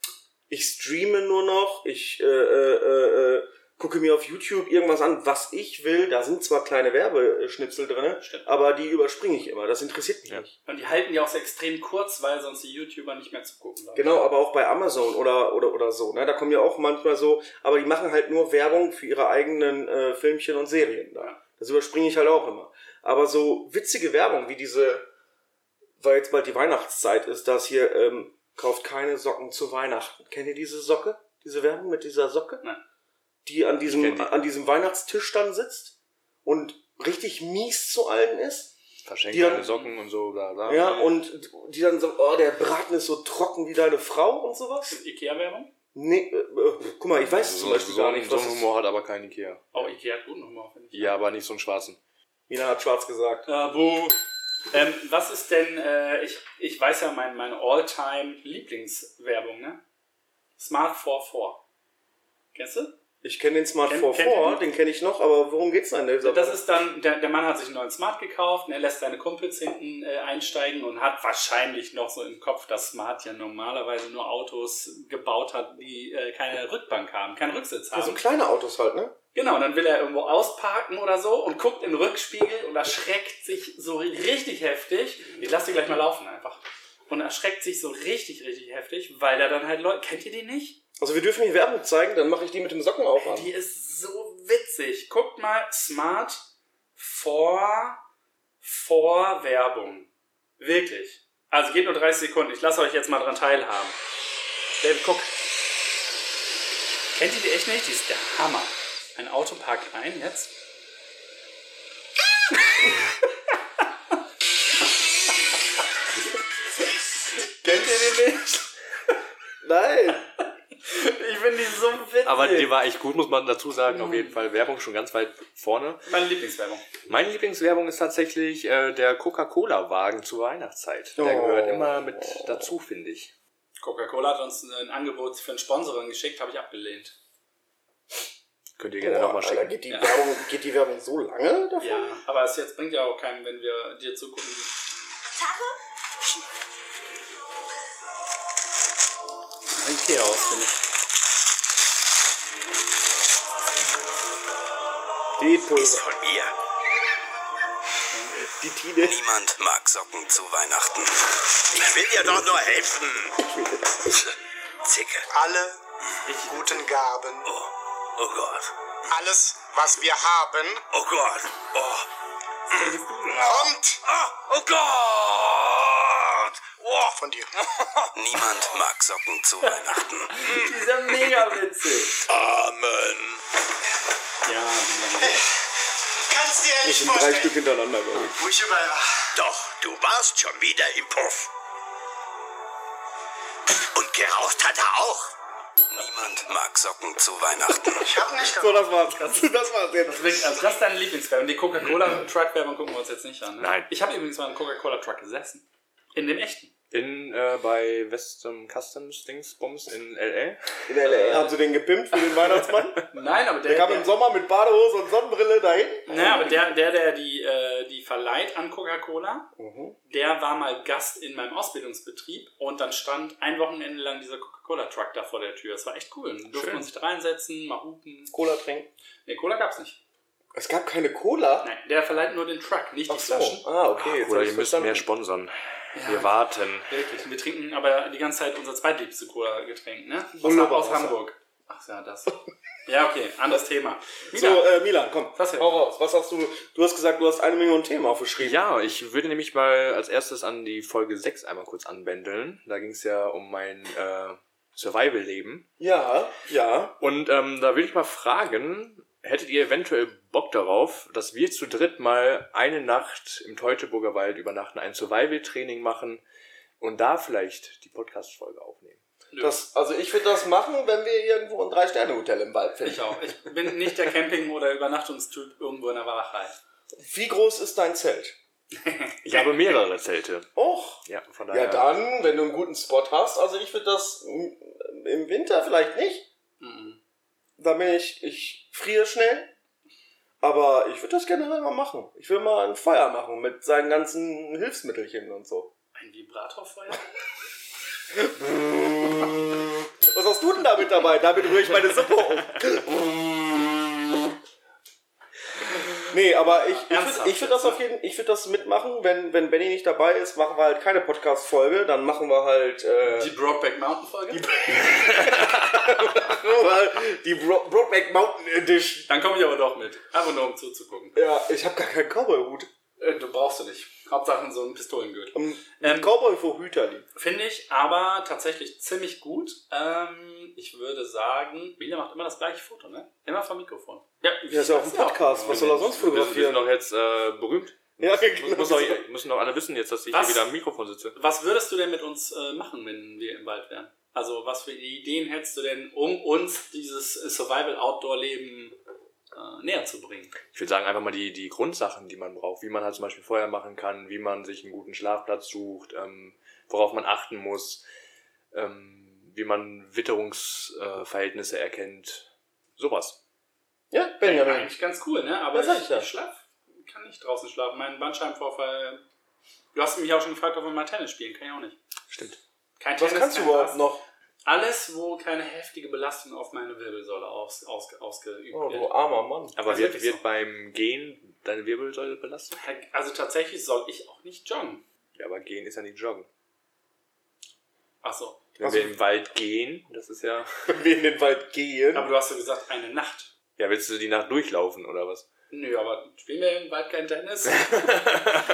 Ich streame nur noch, ich äh, äh, äh, äh, gucke mir auf YouTube irgendwas an, was ich will. Da sind zwar kleine Werbeschnipsel drin,
Stimmt.
aber die überspringe ich immer. Das interessiert mich
Ja.
nicht.
Und die halten ja auch so extrem kurz, weil sonst die YouTuber nicht mehr zugucken. Genau.
Genau, aber auch bei Amazon oder, oder, oder so. Ne? Da kommen ja auch manchmal so, aber die machen halt nur Werbung für ihre eigenen äh, Filmchen und Serien da. Das überspringe ich halt auch immer. Aber so witzige Werbung wie diese, weil jetzt bald die Weihnachtszeit ist, dass hier ähm, kauft keine Socken zu Weihnachten. Kennt ihr diese Socke? Diese Werbung mit dieser Socke?
Nein.
Die an
Ich kenn
diesem,
die.
an diesem Weihnachtstisch dann sitzt und richtig mies zu allen ist?
Verschenkt
Die dann-
deine Socken und so, bla bla.
Ja, und die dann so, oh, der Braten ist so trocken wie deine Frau und sowas.
Ikea-Werbung?
Nee, äh, äh, guck mal, ich weiß es
so,
zum Beispiel
Also so,
gar nicht,
So
was
einen
es-
Humor hat aber kein Ikea.
Oh, Ikea hat guten Humor, finde ich.
Ja, aber nicht so einen schwarzen.
Mina hat schwarz gesagt.
Äh, buh. Ähm, was ist denn, äh, ich, ich weiß ja mein, meine All-Time-Lieblingswerbung, ne? Smart 44. Kennst du?
Ich kenne den Smart
Kennt-
4
kennt ihr
vor,
den?
den kenne ich noch, aber worum geht's denn? in dieser-
Das ist dann, der, der Mann hat sich einen neuen Smart gekauft und er lässt seine Kumpels hinten äh, einsteigen und hat wahrscheinlich noch so im Kopf, dass Smart ja normalerweise nur Autos gebaut hat, die äh, keine Rückbank haben, keinen Rücksitz haben.
ja, so kleine Autos halt, ne?
Genau, und dann will er irgendwo ausparken oder so und guckt in den Rückspiegel und erschreckt sich so richtig heftig. Ich lasse die gleich mal laufen einfach. Und erschreckt sich so richtig, richtig heftig, weil da dann halt Leute. Kennt ihr die nicht?
Also wir dürfen hier Werbung zeigen, dann mache ich die mit dem Socken auch an.
Die ist so witzig. Guckt mal smart vor, vor Werbung. Wirklich. Also geht nur 30 Sekunden. Ich lasse euch jetzt mal dran teilhaben. David, guck. Kennt ihr die echt nicht? Die ist der Hammer. Ein Auto parkt ein jetzt. Kennt ihr die nicht?
Nein!
Ich finde die so witzig.
Aber die war echt gut, muss man dazu sagen.
Mhm.
Auf jeden Fall Werbung schon ganz weit vorne.
meine Lieblingswerbung.
Meine Lieblingswerbung ist tatsächlich äh, der Coca-Cola-Wagen zur Weihnachtszeit. Der
Oh.
gehört immer mit dazu, finde ich.
Coca-Cola hat uns ein Angebot für ein Sponsoring geschickt, habe ich abgelehnt.
Könnt ihr gerne
Boah,
nochmal
Alter,
schicken.
geht, die
Ja.
Werbung, geht die Werbung so lange davon?
Ja, aber es jetzt bringt ja auch keinem, wenn wir dir zugucken. Tache? Ikea aus, finde ich.
Die Pulver.
Von mir.
Die Tine.
Niemand mag Socken zu Weihnachten. Ich will dir doch nur helfen. Zicke.
Alle guten Gaben,
Oh, oh Gott.
alles, was wir haben,
Oh Gott. Oh,
kommt
oh, oh Gott. Oh.
von dir.
Niemand mag Socken zu Weihnachten.
Die ist ja mega witzig.
Amen.
Ja,
Kannst dir ja
Das
nicht
sind drei
vorstellen,
Stück hintereinander, glaube ich.
wo ich überall war.
Doch, du warst schon wieder im Puff. Und geraucht hat er auch. Niemand mag Socken zu Weihnachten.
Ich hab nicht
So, das war's. Das war's jetzt.
deswegen, also das ist deine Lieblingswerbung. Die Coca-Cola-Truck-Werbung gucken wir uns jetzt nicht an. Ne?
Nein.
Ich habe übrigens mal einen Coca-Cola-Truck gesessen. In dem echten.
In, äh, bei Western Customs Dingsbums in L.A.
In LA. Haben sie den gepimpt für den Weihnachtsmann?
Nein, aber der,
Der kam im Sommer mit Badehose und Sonnenbrille dahin.
Naja, aber der, der, der die, äh, die verleiht an Coca-Cola,
Mhm.
der war mal Gast in meinem Ausbildungsbetrieb und dann stand ein Wochenende lang dieser Coca-Cola-Truck da vor der Tür. Das war echt cool. Dann durfte man sich da reinsetzen, mal hupen.
Cola trinken.
Ne, Cola gab's nicht.
Es gab keine Cola?
Nein, der verleiht nur den Truck, nicht die Flaschen.
Ah, okay. jetzt
Oder
hab
ihr
ich's
müsst
verstanden.
mehr sponsern. Wir warten.
Wirklich. Wir trinken aber die ganze Zeit unser zweitliebste Cola-Getränk, ne? Aus,
Wunderbar,
aus
Wasser.
Hamburg. Ach ja, das. Ja, okay, anderes Thema. Mina,
So, äh, Milan, komm.
Was denn?
hau raus. Was hast du? Du hast gesagt, du hast eine Million Themen aufgeschrieben.
Ja, ich würde nämlich mal als erstes an die Folge 6 einmal kurz anbändeln. Da ging es ja um mein äh, Survival-Leben.
Ja, ja.
Und ähm, da würde ich mal fragen, hättet ihr eventuell Bock darauf, dass wir zu dritt mal eine Nacht im Teutoburger Wald übernachten, ein Survival-Training machen und da vielleicht die Podcast-Folge aufnehmen?
Das, also ich würde das machen, wenn wir irgendwo ein Drei-Sterne-Hotel im Wald
ich
finden.
auch. Ich bin nicht der Camping- oder Übernachtungstyp irgendwo in der Walachei.
Wie groß ist dein Zelt?
Ich habe mehrere Zelte.
Och.
Ja, von
Ja,
daher.
dann, wenn du einen guten Spot hast. Also ich würde das m- im Winter vielleicht nicht.
Mhm.
Da bin ich, ich friere schnell. Aber ich würde das generell mal machen. Ich will mal ein Feuer machen mit seinen ganzen Hilfsmittelchen und so.
Ein Vibratorfeuer?
Was hast du denn damit dabei? Damit rühre ich meine Suppe um. Nee, aber ich, ich,
Ernsthaft
würd- ich würde
jetzt,
das auf
ne?
jeden ich würde das mitmachen, wenn wenn Benny nicht dabei ist, machen wir halt keine Podcast Folge, dann machen wir halt äh,
Die Brokeback Mountain Folge?
Weil die Bro Brokeback Mountain Edition.
Dann komme ich aber doch mit. Aber nur um zuzugucken.
Ja, ich habe gar keinen Cowboy-Hut.
Äh, Du brauchst du nicht. Hauptsache so einen Pistolengürtel.
Ähm,
Ähm,
Cowboy für Hüter lieb.
Finde ich aber tatsächlich ziemlich gut. Ähm, ich würde sagen, Mila macht immer das gleiche Foto, ne? Immer vom Mikrofon. Ja,
Das ist ja auch ein Podcast. Was soll er sonst
Wir sind- wir sind
fotografieren?
doch jetzt äh, berühmt.
Ja, genau.
Muss, muss doch, müssen doch alle wissen jetzt, dass ich
Was?
hier wieder am Mikrofon sitze.
Was würdest du denn mit uns äh, machen, wenn wir im Wald wären? Also, was für Ideen hättest du denn, um uns dieses äh, Survival-Outdoor-Leben äh, näher zu bringen?
Ich würde sagen, einfach mal die, die Grundsachen, die man braucht. Wie man halt zum Beispiel Feuer machen kann, wie man sich einen guten Schlafplatz sucht, ähm, worauf man achten muss, ähm, wie man Witterungsverhältnisse erkennt. Sowas.
Ja, Benjamin.
Eigentlich ganz cool, ne? Aber
Ja, sag
ich,
ich ja.
ich schlaf, kann nicht draußen schlafen. Mein Bandscheibenvorfall. Du hast mich auch schon gefragt, ob wir mal Tennis spielen. Kann ich auch nicht.
Stimmt.
Kein
Was
Tennis,
kannst du
kein
überhaupt
Bass.
noch?
Alles, wo keine heftige Belastung auf meine Wirbelsäule aus, aus, ausgeübt
Oh, du
wird.
armer Mann.
Aber
Das
wird,
ist
wird
so.
beim Gehen deine Wirbelsäule belastet?
Also tatsächlich soll ich auch nicht joggen.
Ja, aber Gehen ist ja nicht Joggen.
Achso.
Wenn
Also-
wir im Wald gehen, das ist ja...
Wenn wir in den Wald gehen.
Aber du hast ja gesagt, eine Nacht.
Ja, willst du die Nacht durchlaufen oder was?
Nö, aber spielen wir im Wald kein Tennis?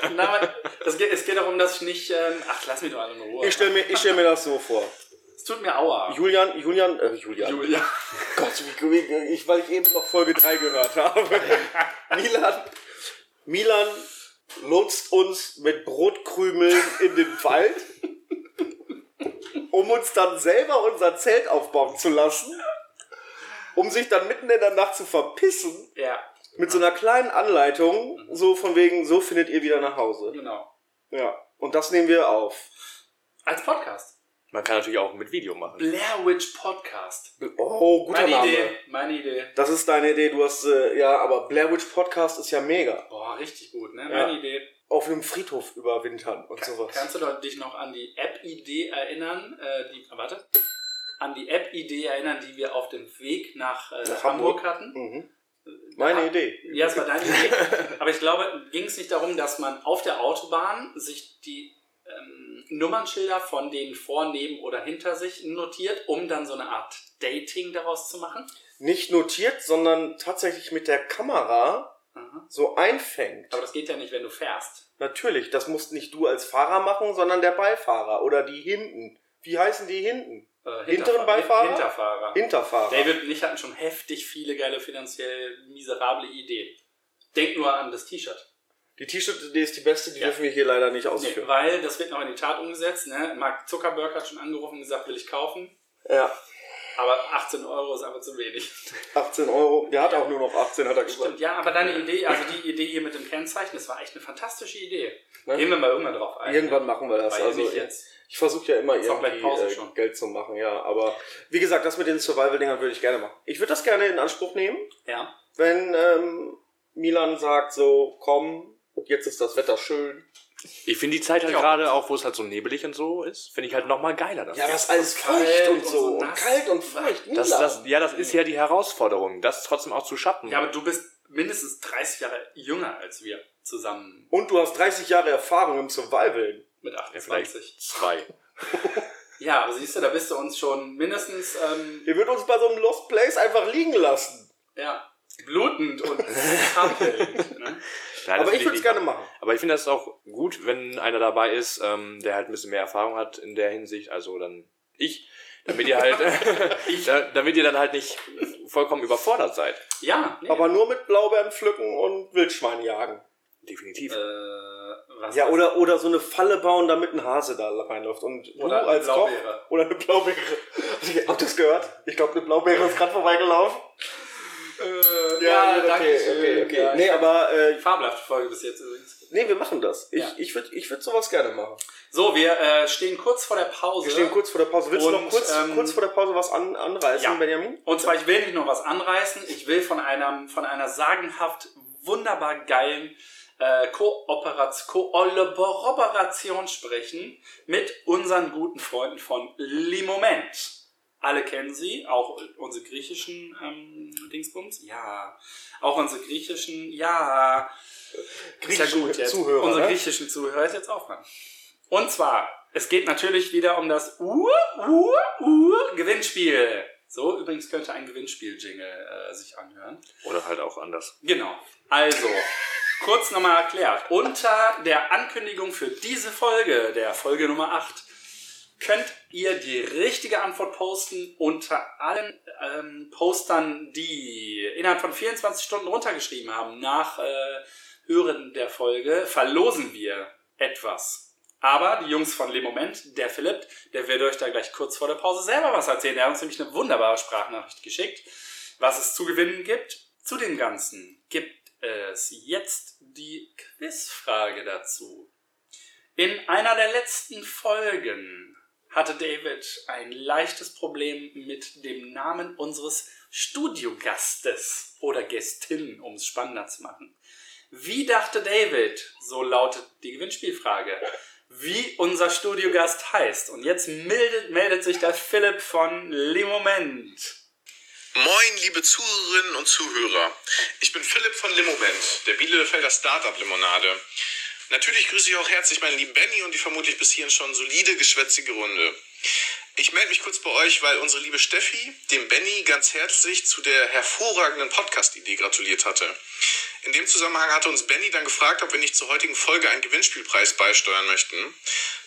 Nein, man, das geht, es geht darum, dass ich nicht. Ähm, ach, lass mich doch alle in Ruhe.
ich stelle mir, ich stell mir das so vor.
es tut mir aua.
Julian, Julian, äh, Julian.
Julia.
Gott, wie- wie- ich, weil ich eben noch Folge 3 gehört habe. Milan, Milan lotst uns mit Brotkrümeln in den Wald, um uns dann selber unser Zelt aufbauen zu lassen, um sich dann mitten in der Nacht zu verpissen,
Ja,
mit so einer kleinen Anleitung, so von wegen, so findet ihr wieder nach Hause.
genau.
Ja, und das nehmen wir auf.
Als Podcast.
Man kann natürlich auch mit Video machen.
Blair Witch Podcast.
Oh, guter
meine
Name.
Idee, meine Idee.
Das ist deine Idee, du hast, äh, ja, aber Blair Witch Podcast ist ja mega.
Boah, richtig gut, ne?
Ja.
Meine Idee.
auf einem Friedhof überwintern und sowas.
Kannst du doch dich noch an die App-Idee erinnern? Äh, die, warte. An die App-Idee erinnern, die wir auf dem Weg nach, äh,
Nach
Hamburg
Hamburg.
hatten?
Mhm. Meine
Ah,
Idee.
Ja, es war deine Idee. Aber ich glaube, ging es nicht darum, dass man auf der Autobahn sich die ähm, Nummernschilder von denen vor, neben oder hinter sich notiert, um dann so eine Art Dating daraus zu machen?
Nicht notiert, sondern tatsächlich mit der Kamera
Aha.
so einfängt.
Aber das geht ja nicht, wenn du fährst.
Natürlich, das musst nicht du als Fahrer machen, sondern der Beifahrer oder die hinten. Wie heißen die hinten?
Äh,
Hinteren
Hinterfahr-
Beifahrer?
Hinterfahrer.
Hinterfahrer.
David und ich hatten schon heftig viele geile, finanziell miserable Ideen. Denk nur an das T-Shirt.
Die T-Shirt-Idee ist die beste, die
Ja.
dürfen wir hier leider nicht
Nee,
ausführen.
weil das wird noch in die Tat umgesetzt. Ne? Mark Zuckerberg hat schon angerufen und gesagt, will ich kaufen.
Ja,
Aber 18 Euro ist einfach zu wenig.
18 Euro. Der hat auch nur noch 18, hat er gesagt.
Stimmt, ja, aber deine Idee, also die Idee hier mit dem Kennzeichen, das war echt eine fantastische Idee.
Ne?
Gehen wir mal irgendwann drauf ein. ne?
Irgendwann machen wir das.
Weil
Also,
nicht jetzt.
ich versuche ja immer
Ist auch gleich
irgendwie
Pause
äh,
schon.
Geld zu machen, ja. Aber wie gesagt, das mit den Survival-Dingern würde ich gerne machen. Ich würde das gerne in Anspruch nehmen.
Ja.
wenn ähm, Milan sagt so, komm, jetzt ist das Wetter schön.
Ich finde die Zeit halt
Ja.
gerade auch, wo es halt so nebelig und so ist, finde ich halt nochmal geiler. Das.
Ja, das ist alles
kalt
feucht und
und
so.
so
Und
nass.
kalt und feucht. Milan.
das, das, ja, das ist ja die Herausforderung, das trotzdem auch zu schaffen.
ja, aber du bist mindestens 30 Jahre jünger als wir zusammen
und du hast 30 Jahre Erfahrung im Survival.
mit
ja, vielleicht
28.
zwei.
Ja, aber siehst du, da bist du uns schon mindestens ähm,
Ihr würdet uns bei so einem Lost Place einfach liegen lassen.
ja, blutend und zappelnd. Ne?
Nein, das
Aber
will
ich würde es
nicht
gerne machen.
Aber ich finde das auch gut, wenn einer dabei ist, ähm, der halt ein bisschen mehr Erfahrung hat in der Hinsicht, also dann ich, damit ihr halt, da, damit ihr dann halt nicht vollkommen überfordert seid.
Ja, nee.
Aber nur mit Blaubeeren pflücken und Wildschwein jagen.
Definitiv.
äh, was
Ja, oder, oder so eine Falle bauen, damit ein Hase da reinläuft. Und du
Oder eine
als Koch.
Blaubeere.
Oder eine Blaubeere. Habt ihr das gehört? Ich glaube, eine Blaubeere ist gerade vorbeigelaufen.
Äh, ja, danke. schön. Ja,
nee, aber äh,
Fabelhafte Folge bis jetzt übrigens.
Nee, wir machen das. Ich,
Ja.
ich würde ich würd sowas gerne machen.
So, wir äh, stehen kurz vor der Pause.
Wir stehen kurz vor der Pause. Willst
Und,
du noch kurz,
ähm,
kurz vor der Pause was an, anreißen,
ja.
Benjamin?
Und zwar, ich will nicht nur was anreißen, ich will von, einem, von einer sagenhaft wunderbar geilen äh, Kooperaz- Kooperation sprechen mit unseren guten Freunden von Limoment. Alle kennen sie, auch unsere griechischen ähm, Dingsbums. Ja. Auch unsere griechischen, ja. Ist ja
Griechischen
gut jetzt.
Zuhörer,
unsere
ne?
griechischen Zuhörer jetzt aufmachen. Und zwar, es geht natürlich wieder um das Ur, Ur, Ur Gewinnspiel. So, übrigens könnte ein Gewinnspiel-Jingle äh, sich anhören.
Oder halt auch anders.
Genau. Also, kurz nochmal erklärt. Unter der Ankündigung für diese Folge, der Folge Nummer 8, könnt ihr die richtige Antwort posten unter allen ähm, Postern, die innerhalb von 24 Stunden runtergeschrieben haben. Nach äh, Hören der Folge verlosen wir etwas. Aber die Jungs von Le Moment, der Philipp, der wird euch da gleich kurz vor der Pause selber was erzählen. Der hat uns nämlich eine wunderbare Sprachnachricht geschickt was es zu gewinnen gibt. Zu dem Ganzen gibt es jetzt die Quizfrage dazu. In einer der letzten Folgen hatte David ein leichtes Problem mit dem Namen unseres Studiogastes oder Gästin, um es spannender zu machen. Wie dachte David, so lautet die Gewinnspielfrage, wie unser Studiogast heißt. Und jetzt meldet, meldet sich der Philipp von Le Moment.
Moin, liebe Zuhörerinnen und Zuhörer. Ich bin Philipp von Limoment, der Bielefelder Startup Limonade. Natürlich grüße ich auch herzlich meinen lieben Benny und die vermutlich bis hierhin schon solide geschwätzige Runde. Ich melde mich kurz bei euch, weil unsere liebe Steffi dem Benny ganz herzlich zu der hervorragenden Podcast-Idee gratuliert hatte. In dem Zusammenhang hatte uns Benny dann gefragt, ob wir nicht zur heutigen Folge einen Gewinnspielpreis beisteuern möchten.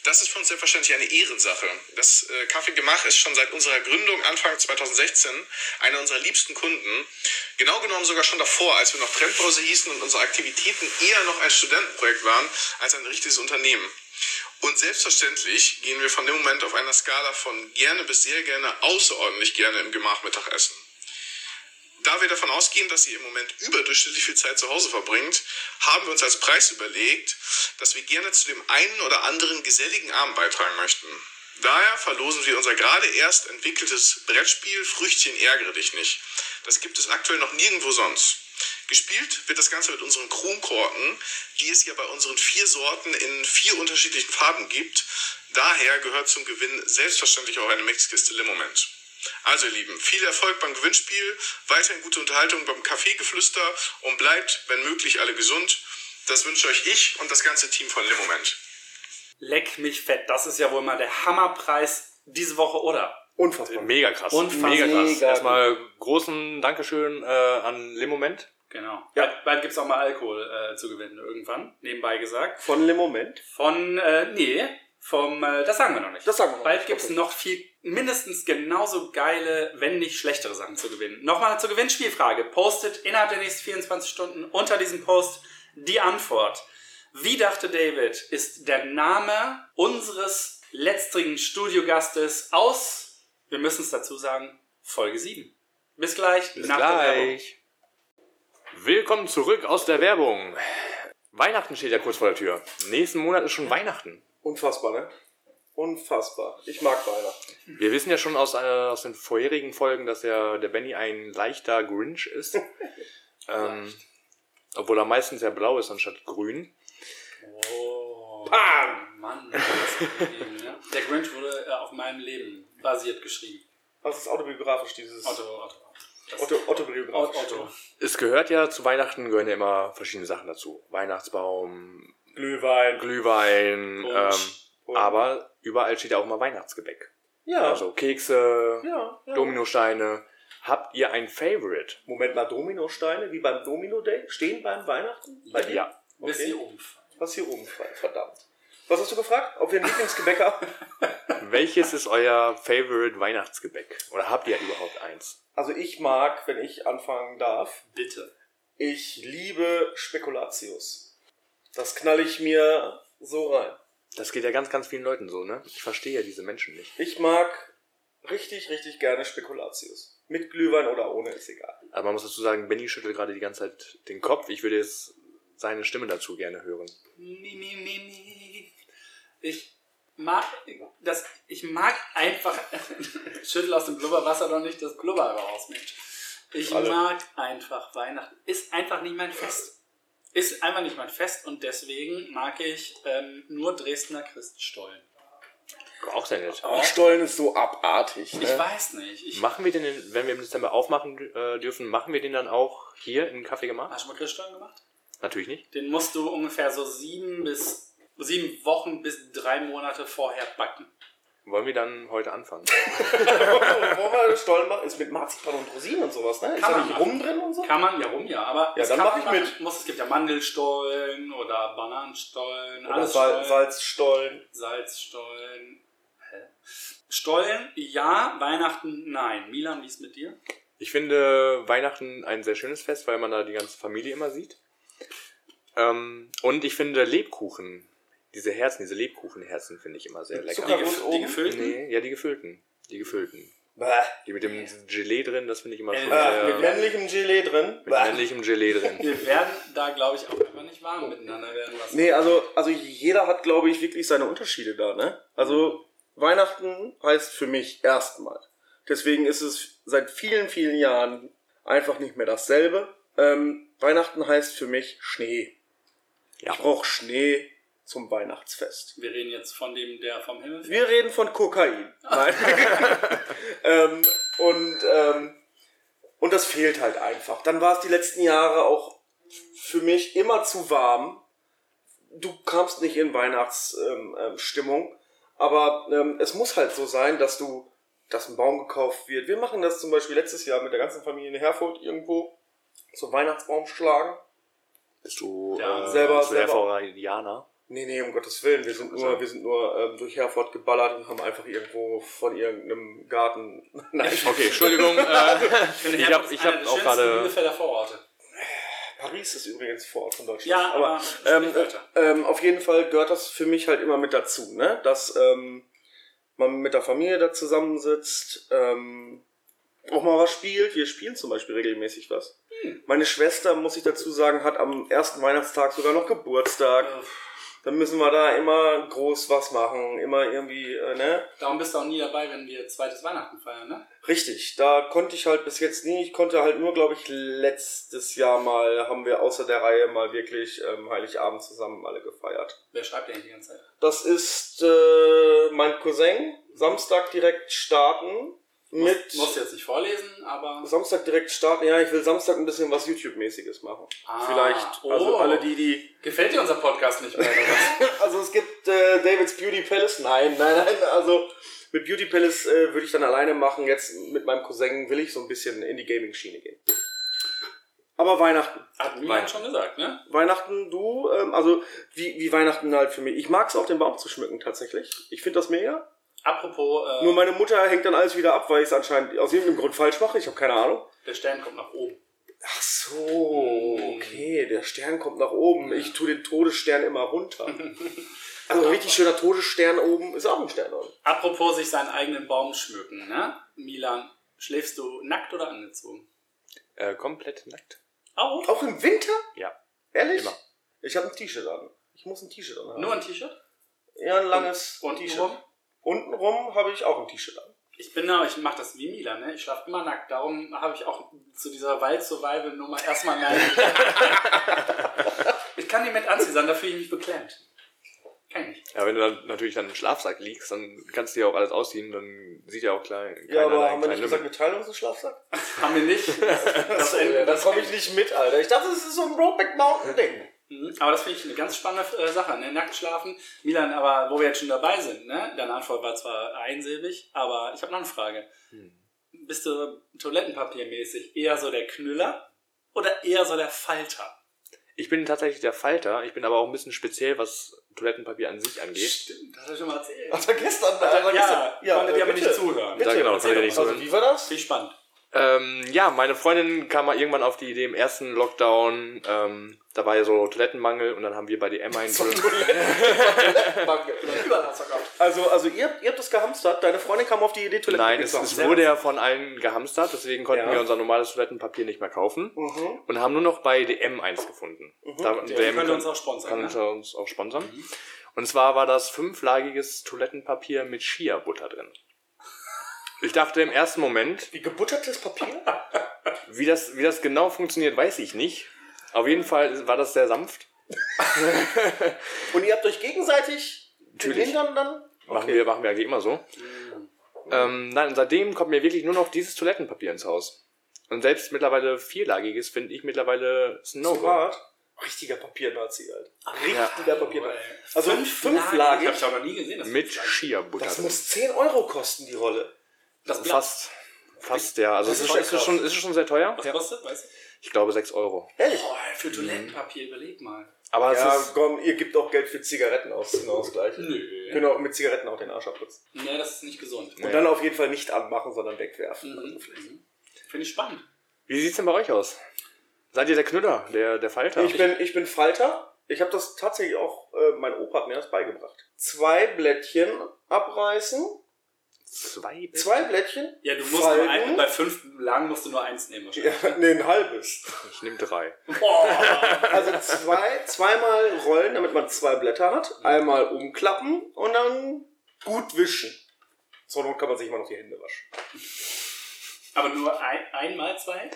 Das ist für uns selbstverständlich eine Ehrensache. Das äh, Kaffee Gemach ist schon seit unserer Gründung Anfang 2016 einer unserer liebsten Kunden. Genau genommen sogar schon davor, als wir noch Trendbrause hießen und unsere Aktivitäten eher noch ein Studentenprojekt waren als ein richtiges Unternehmen. Und selbstverständlich gehen wir von dem Moment auf einer Skala von gerne bis sehr gerne außerordentlich gerne im Gemach Mittagessen. Da wir davon ausgehen, dass ihr im Moment überdurchschnittlich viel Zeit zu Hause verbringt, haben wir uns als Preis überlegt, dass wir gerne zu dem einen oder anderen geselligen Abend beitragen möchten. Daher verlosen wir unser gerade erst entwickeltes Brettspiel Früchtchen ärgere dich nicht. Das gibt es aktuell noch nirgendwo sonst. Gespielt wird das Ganze mit unseren Kronkorken, die es ja bei unseren vier Sorten in vier unterschiedlichen Farben gibt. Daher gehört zum Gewinn selbstverständlich auch eine Mixkiste Limoment. Also ihr Lieben, viel Erfolg beim Gewinnspiel, weiterhin gute Unterhaltung beim Kaffeegeflüster und bleibt, wenn möglich, alle gesund. Das wünsche euch ich und das ganze Team von Limoment.
Leck mich fett, das ist ja wohl mal der Hammerpreis diese Woche, oder?
Unfassbar.
Äh,
Mega krass.
Unfassbar.
mega krass.
Mega
Erstmal großen Dankeschön äh, an Limoment.
Genau. Ja, bald gibt's auch mal Alkohol äh, zu gewinnen irgendwann, nebenbei gesagt.
Von Le Moment.
Von, äh, nee, vom, äh, das sagen wir noch nicht.
Das sagen wir noch
Bald
nicht,
gibt's
okay.
noch viel, mindestens genauso geile, wenn nicht schlechtere Sachen zu gewinnen. Nochmal zur Gewinnspielfrage. Postet innerhalb der nächsten 24 Stunden unter diesem Post die Antwort. Wie dachte David, ist der Name unseres letztrigen Studiogastes aus, wir müssen es dazu sagen, Folge 7. Bis gleich.
Bis
nach der Werbung.
gleich. Willkommen zurück aus der Werbung. Weihnachten steht ja kurz vor der Tür. Nächsten Monat ist schon Weihnachten.
Unfassbar, ne? Unfassbar. Ich mag Weihnachten.
Wir wissen ja schon aus, äh, aus den vorherigen Folgen, dass ja der Benny ein leichter Grinch ist. ähm, obwohl er meistens ja blau ist anstatt grün.
Oh, Mann. das ist gegeben, ne? Der Grinch wurde äh, auf meinem Leben basiert geschrieben.
Was ist autobiografisch, dieses.
Otto, Otto. Das-
Otto, autobiografisch.
Otto.
Es gehört ja zu Weihnachten, gehören ja immer verschiedene Sachen dazu. Weihnachtsbaum,
Glühwein.
Glühwein.
Punsch.
Ähm, aber überall steht ja auch immer Weihnachtsgebäck.
Ja.
Also Kekse,
ja, ja.
Dominosteine. Habt ihr ein Favorite?
Moment mal, Dominosteine, wie beim Domino Day, stehen beim Weihnachten? Bei dir?
Ja.
Bis sie
Okay.
umfallen.
Was hier oben, frei, verdammt. Was hast du gefragt? Ob wir ein Lieblingsgebäck haben?
Welches ist euer Favorite Weihnachtsgebäck? Oder habt ihr überhaupt eins?
Also ich mag, wenn ich anfangen darf,
Bitte.
ich liebe Spekulatius. Das knall ich mir so rein.
Das geht ja ganz, ganz vielen Leuten so, ne? Ich verstehe ja diese Menschen nicht.
Ich mag richtig, richtig gerne Spekulatius. Mit Glühwein oder ohne, ist egal.
Aber man muss dazu sagen, Benny schüttelt gerade die ganze Zeit den Kopf. Ich würde jetzt seine Stimme dazu gerne hören.
Mi, mi, mi, mi. Ich mag das. Ich mag einfach. Schüttel aus dem Blubberwasser doch nicht das Blubber raus, Mensch. Ich
Alle.
mag einfach Weihnachten. Ist einfach nicht mein Fest. Ist einfach nicht mein Fest und deswegen mag ich ähm, nur Dresdner Christstollen.
Auch sehr nett.
Oh, Stollen ist so abartig.
Ich
Ne?
weiß nicht. Ich
Machen wir den, in- wenn wir im Dezember aufmachen äh, dürfen, machen wir den dann auch hier in Kaffee gemacht?
Hast du mal Christian gemacht?
Natürlich nicht.
Den musst du ungefähr so sieben bis sieben Wochen bis drei Monate vorher backen.
Wollen wir dann heute anfangen?
Wo wir Stollen machen, ist mit Marzipan und Rosinen und sowas, ne? Ist
Kann
da
man
nicht
machen.
Rum drin und so?
Kann man, ja rum, ja, aber
Ja,
das
dann
kann
mach
man
ich
machen.
mit.
Muss, es gibt ja Mandelstollen oder Bananenstollen,
Oder
alles
Sal
Stollen,
Salzstollen.
Salzstollen. Hä? Stollen, ja, Weihnachten, nein. Milan, wie ist mit dir?
Ich finde Weihnachten ein sehr schönes Fest, weil man da die ganze Familie immer sieht. Ähm, und ich finde Lebkuchen, diese Herzen, diese Lebkuchenherzen finde ich immer sehr lecker.
Zucker-
die,
und
gef- die
oben?
gefüllten?
Nee, ja, die gefüllten. Die gefüllten.
Bäh.
Die mit dem Gelee drin, das finde ich immer
Äh,
schon
Äh,
sehr...
mit männlichem Gelee drin.
Mit männlichem Gelee drin.
Wir werden da, glaube ich, auch einfach nicht warm miteinander werden lassen.
Nee, also, also jeder hat, glaube ich, wirklich seine Unterschiede da, ne? Also Weihnachten heißt für mich erstmal. Deswegen ist es seit vielen, vielen Jahren einfach nicht mehr dasselbe. Ähm, Weihnachten heißt für mich Schnee.
Ja.
Ich brauche Schnee zum Weihnachtsfest.
Wir reden jetzt von dem, der vom Himmel fällt.
Wir reden von Kokain. Nein. ähm, und, ähm, und das fehlt halt einfach. Dann war es die letzten Jahre auch für mich immer zu warm. Du kamst nicht in Weihnachtsstimmung, ähm, ähm, Stimmung. aber ähm, es muss halt so sein, dass du, dass ein Baum gekauft wird. Wir machen das zum Beispiel letztes Jahr mit der ganzen Familie in Herford irgendwo zum Weihnachtsbaum schlagen.
Bist du
Ja,
äh,
selber-
bist du
selber-
Hervorradianer?
Nee, nee, um Gottes Willen. Wir sind nur, wir sind nur ähm, durch Herford geballert und haben einfach irgendwo von irgendeinem Garten. Nein,
Okay, Entschuldigung. Äh, ich
Herford
habe
ist
ich
einer
hab
der
auch
schönsten
gerade...
Bielefelder Vororte.
Paris ist übrigens vor Ort von Deutschland.
Ja, aber
ähm,
später.
ähm, auf jeden Fall gehört das für mich halt immer mit dazu, ne? Dass ähm, man mit der Familie da zusammensitzt, ähm, auch mal was spielt. Wir spielen zum Beispiel regelmäßig was.
Hm.
Meine Schwester, muss ich dazu sagen, hat am ersten Weihnachtstag sogar noch Geburtstag.
Äh,
Dann müssen wir da immer groß was machen, immer irgendwie, äh, ne?
Darum bist du auch nie dabei, wenn wir zweites Weihnachten feiern, ne?
Richtig, da konnte ich halt bis jetzt nie. Ich konnte halt nur, glaube ich, letztes Jahr mal, haben wir außer der Reihe mal wirklich ähm, Heiligabend zusammen alle gefeiert.
Wer schreibt denn die ganze Zeit?
Das ist äh, mein Cousin. Samstag direkt starten mit.
Muss jetzt nicht vorlesen, aber.
Samstag direkt starten. Ja, ich will Samstag ein bisschen was YouTube-mäßiges machen.
Ah,
Vielleicht. Also
oh.
alle die, die
Gefällt dir unser Podcast nicht mehr? Oder was?
Also es gibt äh, David's Beauty Palace. Nein, nein, nein. Also mit Beauty Palace äh, würde ich dann alleine machen. Jetzt mit meinem Cousin will ich so ein bisschen in die Gaming-Schiene gehen. Aber Weihnachten.
Hat Milan schon gesagt, ne?
Weihnachten, du, ähm, also wie, wie Weihnachten halt für mich. Ich mag es auch den Baum zu schmücken tatsächlich. Ich finde das mega.
Apropos, äh,
Nur meine Mutter hängt dann alles wieder ab, weil ich es anscheinend aus irgendeinem Grund falsch mache. Ich habe keine Ahnung.
der Stern kommt nach oben.
Ach so,
Hm.
okay, der Stern kommt nach oben. Ich tue den Todesstern immer runter. Also ein richtig schöner Todesstern oben ist auch ein Stern oben.
Apropos sich seinen eigenen Baum schmücken, ne? Milan, schläfst du nackt oder angezogen?
Äh, komplett nackt.
Auch?
Auch im Winter?
Ja.
Ehrlich?
Immer.
Ich habe ein T-Shirt an. Ich muss ein T-Shirt anhaben.
Nur ein T-Shirt?
ja, ein langes
Und
T-Shirt.
rum?
Untenrum habe ich auch ein T-Shirt an.
Ich bin da, ich mache das wie Milan, ne? Ich schlafe immer nackt. Darum habe ich auch zu dieser Wald-Survival-Nummer erstmal nein. ich kann die mit anziehen, da fühle ich mich beklemmt. Kann ich nicht.
Ja, wenn du dann natürlich dann im Schlafsack liegst, dann kannst du ja auch alles ausziehen, dann sieht ja auch klein, keiner
Ja, aber
deinen
haben wir nicht
kleinen
gesagt,
Lümmel.
wir teilen unseren Schlafsack?
Haben wir nicht. Das, das,
Das, äh, das komme ich nicht mit, Alter. Ich dachte, es ist so ein Brokeback Mountain Ding.
Mhm, Aber das finde ich eine ganz spannende äh, Sache, ne? Nackt schlafen. Milan, aber wo wir jetzt schon dabei sind, ne? Deine Antwort war zwar einsilbig, aber ich habe noch eine Frage. Bist du toilettenpapiermäßig eher so der Knüller oder eher so der Falter?
Ich bin tatsächlich der Falter, ich bin aber auch ein bisschen speziell, was Toilettenpapier an sich angeht.
Stimmt, das hast du schon mal erzählt.
Hat er gestern, hat
Ja,
er gestern.
konntet
äh,
ihr aber
bitte.
nicht zuhören.
Bitte,
Ja, genau,
erzähl
konntet ihr
doch.
nicht
Also,
zuhören.
wie war das?
Viel spannend.
Ähm, ja, meine Freundin kam mal irgendwann auf die Idee im ersten Lockdown, ähm, da war ja so Toilettenmangel und dann haben wir bei DM einen
Also, also ihr, ihr habt das gehamstert. Deine Freundin kam auf die Idee, Toiletten
Nein, es, es wurde ja von allen gehamstert, deswegen konnten
Ja.
wir unser normales Toilettenpapier nicht mehr kaufen
Mhm.
und haben nur noch bei DM eins gefunden. Da,
Mhm. Die könnte uns auch Mhm. sponsern,
Kann
ne?
uns, uns auch sponsern. Und zwar war das fünflagiges Toilettenpapier mit Chia-Butter drin. Ich dachte im ersten Moment,
Wie gebuttertes Papier?
wie das, wie das genau funktioniert, weiß ich nicht. Auf jeden Fall war das sehr sanft.
Und ihr habt euch gegenseitig den
Natürlich.
Hintern dann?
Machen, wir, machen wir eigentlich immer so. Ähm, nein, seitdem kommt mir wirklich nur noch dieses Toilettenpapier ins Haus. Und selbst mittlerweile vierlagiges finde ich mittlerweile Snow.
Smart. Richtiger Papiernazi, halt.
Ja,
Richtiger Papiernazi. Also fünflagig.
Ich habe noch nie gesehen. dass
mit
fünflagig-
Schierbutter.
Das
drin. Also
muss 10 Euro kosten, die Rolle.
das Blatt.
fast. Fast, ja. Also
Das
es ist,
ist
schon- es ist,
lecker.
schon, es ist schon sehr teuer.
Was
Ja.
kostet, weißt du?
Ich glaube 6 Euro.
Boah, für Toilettenpapier, überleg mal.
Aber es
ja,
ist,
komm, ihr gebt auch Geld für Zigaretten aus, genau das gleiche.
Nö.
Könnt ihr auch mit Zigaretten auch den Arsch abputzen.
Genau. Nee, das ist nicht gesund.
Und dann auf jeden Fall nicht anmachen, sondern wegwerfen. Also
Mhm. Finde ich spannend.
wie sieht's denn bei euch aus? Seid ihr der Knüller, der, der Falter?
Ich bin, ich bin Falter. Ich habe das tatsächlich auch, äh, mein Opa hat mir das beigebracht. Zwei Blättchen abreißen.
zwei.
Zwei Blättchen.
Ja, du musst
falten.
nur ein, bei fünf Lagen musst du nur eins nehmen wahrscheinlich.
ja, nee, ein halbes.
Ich nehme drei.
Boah.
Also zwei, zweimal rollen, damit man zwei Blätter hat. Einmal umklappen und dann gut wischen. Zur Not kann man sich immer noch die Hände waschen.
Aber nur ein, einmal zwei?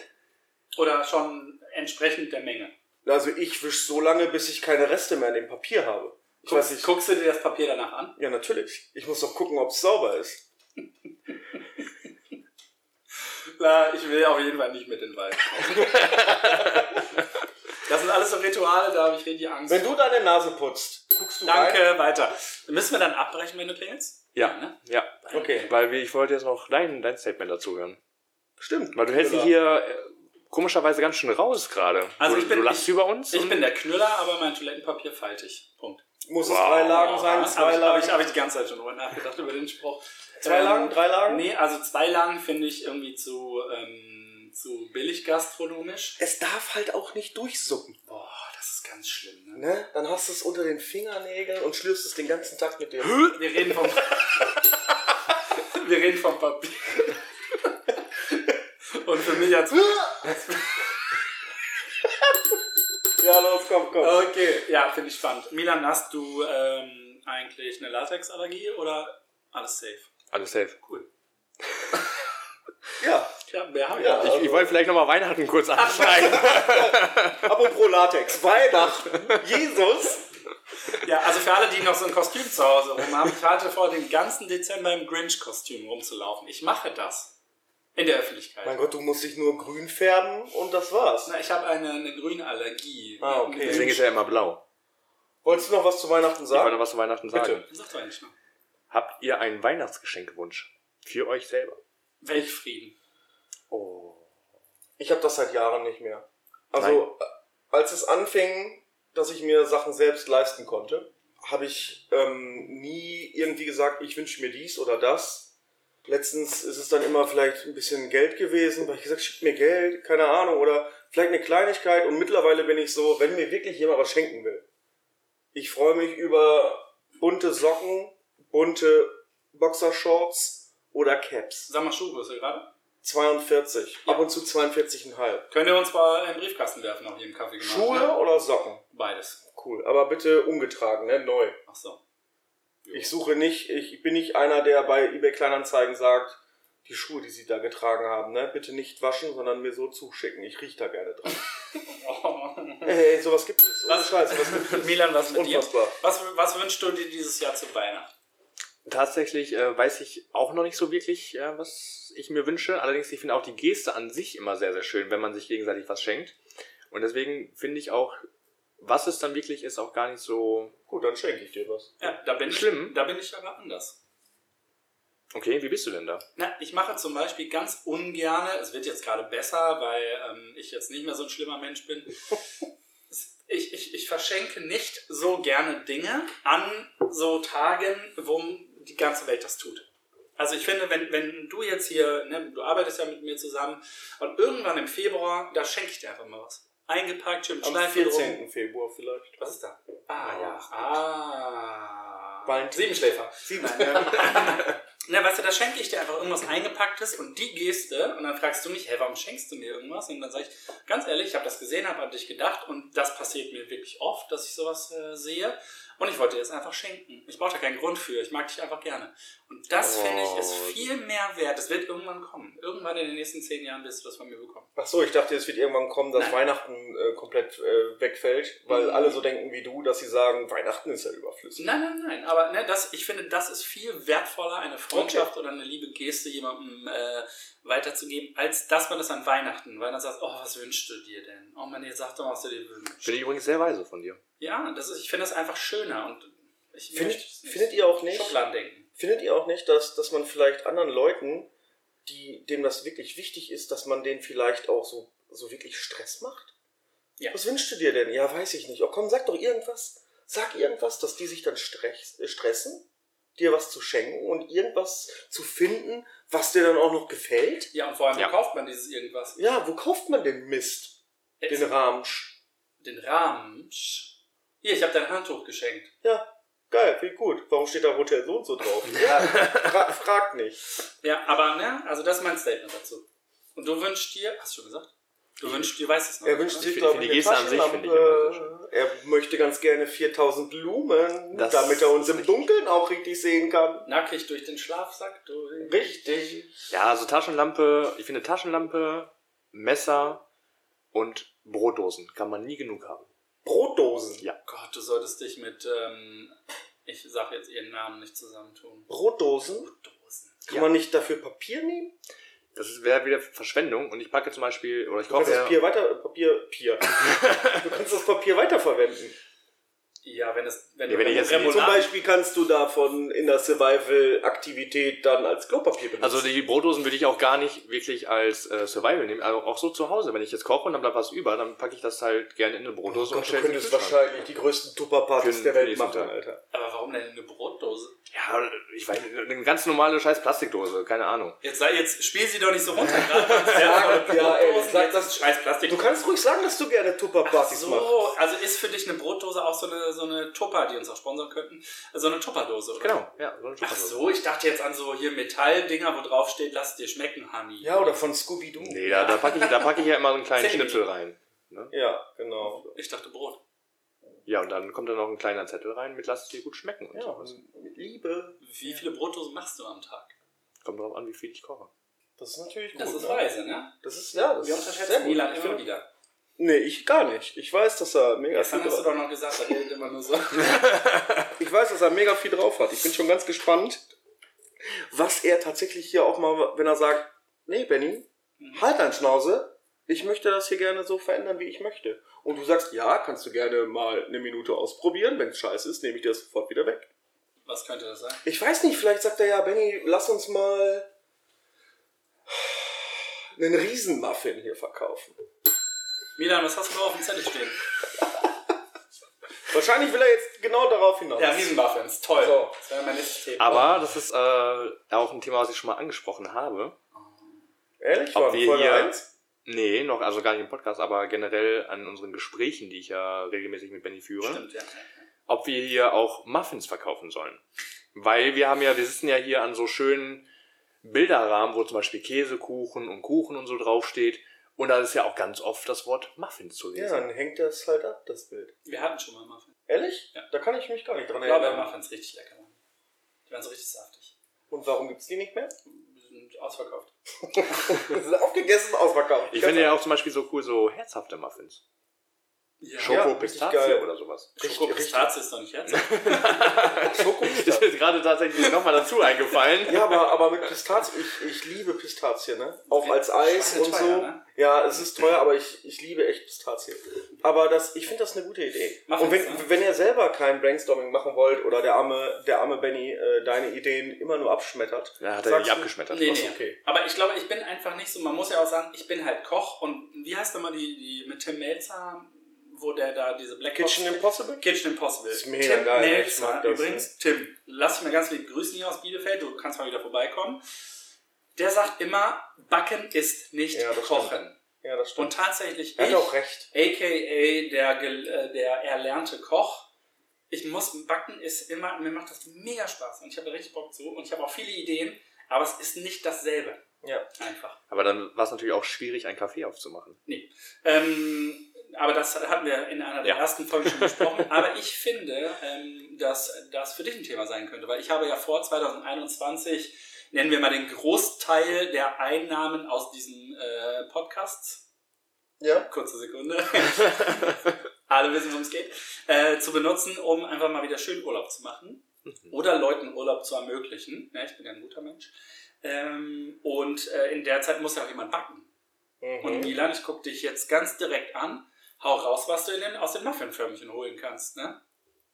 Oder schon entsprechend der Menge?
Also ich wische so lange, bis ich keine Reste mehr in dem Papier habe. Ich weiß
Guckst,
nicht.
guckst du dir das Papier danach an?
Ja, natürlich. Ich muss doch gucken, ob es sauber ist.
Na, ich will auf jeden Fall nicht mit in den Wald. das sind alles so Rituale, da habe ich richtig Angst.
Wenn du deine Nase putzt, guckst du
Danke,
rein.
weiter. Müssen wir dann abbrechen, wenn du klingelst?
Ja,
ne?
ja.
Okay.
Weil wir, ich wollte jetzt noch dein, dein Statement dazu hören.
Stimmt.
Weil du hältst dich
Oder-
hier äh, komischerweise ganz schön raus gerade.
Also
du,
ich bin-
du lachst
ich-
über uns.
Ich
und-
bin der Knüller, aber mein Toilettenpapier faltig. Punkt.
Muss es
Wow.
drei Lagen
Habe
sein,
ich,
zwei
hab
Lagen.
ich, hab ich die ganze Zeit schon drüber nachgedacht, über den Spruch. Ähm,
Zwei Lagen, drei Lagen?
Nee, also zwei Lagen finde ich irgendwie zu, ähm, zu billig gastronomisch.
Es darf halt auch nicht durchsuppen.
Boah, das ist ganz schlimm. Ne?
Ne? Dann hast du es unter den Fingernägeln und schlürfst es den ganzen Tag mit dir.
Wir reden vom, wir reden vom Papier. Und für mich als
ja, los, komm, komm.
Okay, ja, finde ich spannend. Milan, hast du ähm, eigentlich eine Latexallergie oder alles safe?
Alles safe.
Cool.
Ja,
Ja, mehr habe ich
Ja.
nicht.
Ich, ich wollte vielleicht nochmal Weihnachten kurz anschneiden.
apropos Latex. Weihnachten. Jesus.
Ja, also für alle, die noch so ein Kostüm zu Hause rumhaben, ich hatte vor, den ganzen Dezember im Grinch-Kostüm rumzulaufen. Ich mache das. In der Öffentlichkeit.
Mein Gott, du musst dich nur grün färben und das war's.
Na, ich habe eine, eine Grünallergie.
Ah, okay.
Deswegen ist er immer blau.
Wolltest du noch was zu Weihnachten
Ich wollte noch
sagen?
was zu Weihnachten
Bitte.
sagen.
Sag doch eigentlich noch.
Habt ihr einen Weihnachtsgeschenkwunsch? Für euch selber.
Weltfrieden.
Oh.
Ich habe das seit Jahren nicht mehr. Also, äh, als es anfing, dass ich mir Sachen selbst leisten konnte, habe ich ähm, nie irgendwie gesagt, ich wünsche mir dies oder das. Letztens ist es dann immer vielleicht ein bisschen Geld gewesen, weil ich gesagt, schickt mir Geld, keine Ahnung, oder vielleicht eine Kleinigkeit. Und mittlerweile bin ich so, wenn mir wirklich jemand was schenken will. Ich freue mich über bunte Socken, bunte Boxershorts oder Caps.
Sag mal Schuhgröße gerade.
42, ab und zu 42,5.
Könnt ihr uns mal in den Briefkasten werfen, auf jedem Kaffee gemacht.
Schuhe
Ne?
oder Socken?
Beides.
Cool. Aber bitte umgetragen, ne? Neu.
Ach so.
Ich suche nicht, ich bin nicht einer, der bei eBay Kleinanzeigen sagt, die Schuhe, die sie da getragen haben, ne? Bitte nicht waschen, sondern mir so zuschicken. Ich riech da gerne dran.
Oh,
Ey, ey, sowas gibt es.
Was-
Scheiße, was gibt es?
Milan, was mit
Unfassbar.
dir? Was, was wünschst du dir dieses Jahr zu Weihnachten?
Tatsächlich äh, weiß ich auch noch nicht so wirklich, äh, was ich mir wünsche. Allerdings, ich finde auch die Geste an sich immer sehr, sehr schön, wenn man sich gegenseitig was schenkt. Und deswegen finde ich auch, was es dann wirklich ist, auch gar nicht so.
Gut, dann schenke ich dir was.
Ja, da bin
Schlimm.
ich, da bin ich aber anders.
Okay, wie bist du denn da?
Na, ich mache zum Beispiel ganz ungerne, es wird jetzt gerade besser, weil ähm, ich jetzt nicht mehr so ein schlimmer Mensch bin. Ich, ich, ich verschenke nicht so gerne Dinge an so Tagen, wo die ganze Welt das tut. Also ich finde, wenn, wenn du jetzt hier, ne, du arbeitest ja mit mir zusammen und irgendwann im Februar, da schenke ich dir einfach mal was. Eingepackt, schön mit
Am
Schleifchen rum.
14. Februar vielleicht.
Was ist da? Ah, ja. Ah.
Valentin.
Siebenschläfer.
Sieben. ja.
Na, weißt du, da schenke ich dir einfach irgendwas Eingepacktes und die Geste und dann fragst du mich, hey, warum schenkst du mir irgendwas? Und dann sage ich, ganz ehrlich, ich habe das gesehen, habe an dich gedacht und das passiert mir wirklich oft, dass ich sowas äh, sehe und ich wollte dir das einfach schenken. Ich brauche da keinen Grund für, ich mag dich einfach gerne. Und das, finde ich, ist viel mehr wert. Das wird irgendwann kommen. Irgendwann in den nächsten zehn Jahren wirst du das von mir bekommen.
Ach so, ich dachte, es wird irgendwann kommen, dass
Nein.
Weihnachten äh, komplett äh, wegfällt, weil
Mhm.
alle so denken wie du, dass sie sagen, Weihnachten ist ja überflüssig.
Nein, nein, nein. Aber ne, das, ich finde, das ist viel wertvoller, eine Freundschaft oder eine liebe Geste jemandem äh, weiterzugeben, als dass man das an Weihnachten, weil dann sagst, oh, was wünschst du dir denn? Oh Mann, jetzt sag doch, mal, was du dir wünschst.
Finde ich übrigens sehr weise von dir.
Ja, das ist, ich finde das einfach schöner und ich
Findet-
möchte es
findet ihr auch nicht?
Schubladen denken.
Findet ihr auch nicht, dass, dass man vielleicht anderen Leuten, die, dem das wirklich wichtig ist, dass man denen vielleicht auch so, so wirklich Stress macht?
Ja.
Was wünschst du dir denn? Ja, weiß ich nicht. Oh komm, sag doch irgendwas. Sag irgendwas, dass die sich dann stress, äh, stressen, dir was zu schenken und irgendwas zu finden, was dir dann auch noch gefällt.
Ja, und vor allem,
Ja.
wo kauft man dieses irgendwas?
Ja, wo kauft man den Mist? Den
Jetzt-
Ramsch.
den Rahmen. Hier, ich habe dein Handtuch geschenkt.
Ja, geil, viel gut. Warum steht da Hotel so und so drauf? Ja, fra fragt nicht.
Ja, aber ne, also das ist mein Statement dazu. Und du wünschst dir, hast du schon gesagt? Du wünschst dir, weiß es noch.
Er
nicht,
wünscht
ne?
sich,
find-
glaube
find
ich,
die
eine
Geste an sich finde ich
Taschenlampe. äh, Er möchte ganz gerne 4000 Lumen,
Das
damit er uns
ist
im Dunkeln auch richtig sehen kann.
Nackig durch den Schlafsack durch.
Richtig.
Ja, also Taschenlampe, ich finde Taschenlampe, Messer und Brotdosen kann man nie genug haben.
Brotdosen.
Ja.
Gott, du solltest dich mit, ähm, ich sag jetzt ihren Namen nicht zusammentun.
Brotdosen?
Dosen.
Kann
Ja.
man nicht dafür Papier nehmen?
Das wäre wieder Verschwendung und ich packe zum Beispiel, oder ich
Du
kaufe
kannst das Papier
ja,
weiter. äh, Papier. Pier. du kannst das Papier weiterverwenden.
Ja, wenn es, wenn,
Ja, wenn ich jetzt-
Zum
Remoulade-
Beispiel kannst du davon in der Survival-Aktivität dann als Klopapier benutzen.
also die Brotdosen würde ich auch gar nicht wirklich als äh, Survival nehmen, also auch so zu Hause. Wenn ich jetzt koche und dann bleibt was über, dann packe ich das halt gerne in eine Brotdose
Oh
und
Gott, du
stelle es in
könntest
den Kühlschrank.
wahrscheinlich die größten Tupperpartys
Für-
der
für
Welt
nächsten
machen,
Tag.
Alter.
Aber warum denn eine Brotdose?
Ja, ich weiß, nicht, eine ganz normale scheiß Plastikdose, keine Ahnung.
Jetzt, sei- jetzt spiel sie doch nicht so runter. gerade.
Ja, ja, ey,
Brotdosen,
sag
jetzt
das-
ist scheiß Plastik.
Du kannst ruhig sagen, dass du gerne Tupperpartys machst.
so, also ist für dich eine Brotdose auch so eine, so eine Tupper, die uns auch sponsern könnten, so eine Tupperdose, oder?
Genau, ja. So eine
Ach
Tupperdose.
so, ich dachte jetzt an so hier Metalldinger, wo drauf steht, lass dir schmecken, Honey.
Ja, oder von Scooby-Doo.
Nee, da, da packe ich, da packe ich ja immer so einen kleinen
Zähne.
Schnipsel rein.
Ja, genau.
Ich dachte Brot.
Ja, und dann kommt da noch ein kleiner Zettel rein mit lass es dir gut schmecken und
Ja,
sowas.
und mit Liebe.
Wie viele Brotdosen machst du am Tag?
Kommt drauf an, wie viel ich koche.
Das ist natürlich gut.
Das ist
ne?
weise, ne?
Das ist, ja, das
Wir
ist sehr
unterschätzen
gut.
Milan
Ich
immer
find-
wieder.
Nee, ich gar nicht. Ich weiß, dass er mega viel
Gestern hast du
drauf
doch noch gesagt, da redet immer nur so.
Ich weiß, dass er mega viel drauf hat. Ich bin schon ganz gespannt, was er tatsächlich hier auch mal, wenn er sagt, nee, Benny,
Mhm.
halt dein Schnauze. Ich möchte das hier gerne so verändern, wie ich möchte. Und du sagst, ja, kannst du gerne mal eine Minute ausprobieren. Wenn es scheiße ist, nehme ich dir das sofort wieder weg.
Was könnte das sein?
Ich weiß nicht, vielleicht sagt er ja, Benny, lass uns mal einen Riesenmuffin hier verkaufen.
Milan, was hast du da auf dem Zettel stehen?
Wahrscheinlich will er jetzt genau darauf hinaus.
Ja, Riesenmuffins, toll.
So.
Das wäre mein nächstes Thema.
Aber das ist äh, auch ein Thema, was ich schon mal angesprochen habe.
Ehrlich,
Ob
war
wir
Folge
hier-
1.
Nee, noch, also gar nicht im Podcast, aber generell an unseren Gesprächen, die ich ja regelmäßig mit Benny führe,
Stimmt, ja.
ob wir hier auch Muffins verkaufen sollen. Weil wir haben ja, wir sitzen ja hier an so schönen Bilderrahmen, wo zum Beispiel Käsekuchen und Kuchen und so draufsteht. Und da ist ja auch ganz oft das Wort Muffins zu
Ja,
lesen.
dann hängt das halt ab, das Bild.
Wir hatten schon mal Muffins.
Ehrlich?
Ja.
Da kann ich mich gar nicht dran
Ich glaube,
erinnern.
Muffins richtig lecker. waren. Die waren so richtig saftig.
Und warum gibt's die nicht mehr?
Die sind ausverkauft.
Das ist aufgegessen, ausverkauft.
ich finde ja auch zum Beispiel so cool so herzhafte Muffins.
Ja.
Schoko-
Schoko,
richtig
Pistazie
geil.
oder sowas.
richtig, richtig.
Schoko-Pistazie ist doch nicht herzhaft.
Ist mir gerade tatsächlich nochmal dazu eingefallen.
Ja, aber, aber mit Pistazien, ich, ich liebe Pistazien, ne? Auch als Eis
Schweine
und so.
teuer, ne?
Ja, es ist teuer, aber ich, ich liebe echt Pistazien. Aber das, ich finde das eine gute Idee.
Mach
und wenn,
jetzt, ne?
wenn ihr selber kein Brainstorming machen wollt oder der arme, der arme Benny äh, deine Ideen immer nur abschmettert.
Ja, hat er
sagst
nicht
du-
abgeschmettert.
Nee,
Ach so,
nee.
okay.
Aber ich glaube, ich bin einfach nicht so, man muss ja auch sagen, ich bin halt Koch und wie heißt nochmal die, die mit Tim Melzer, wo der da diese Black Box-
Kitchen Impossible?
Kitchen Impossible.
Ist mega
Tim
geil, ich
Melzer,
mag das,
übrigens, Tim, lass mich mal ganz lieb grüßen hier aus Bielefeld, du kannst mal wieder vorbeikommen. Der sagt immer, Backen ist nicht
Ja, das
Kochen.
Ja, das
Und
stimmt.
tatsächlich
er
ich,
hat auch recht.
aka der, gel- äh, der erlernte Koch, Ich muss backen, ist immer, mir macht das mega Spaß und ich habe da richtig Bock zu und ich habe auch viele Ideen, aber es ist nicht dasselbe.
Ja.
Einfach.
Aber dann war es natürlich auch schwierig, einen Kaffee aufzumachen.
Nee. Ähm, aber das hatten wir in einer der
Ja.
ersten Folgen schon besprochen. aber ich finde, ähm, dass das für dich ein Thema sein könnte, weil ich habe ja vor 2021, nennen wir mal den Großteil der Einnahmen aus diesem äh, Podcast,
Ja.
kurze Sekunde, alle wissen, worum es geht, äh, zu benutzen, um einfach mal wieder schön Urlaub zu machen oder Leuten Urlaub zu ermöglichen. Ja, ich bin ja ein guter Mensch. Ähm, und äh, in der Zeit muss ja auch jemand backen.
Äh.
Und
Mhm.
Milan, ich gucke dich jetzt ganz direkt an. Hau raus, was du in den, aus den Muffinförmchen holen kannst. Ne?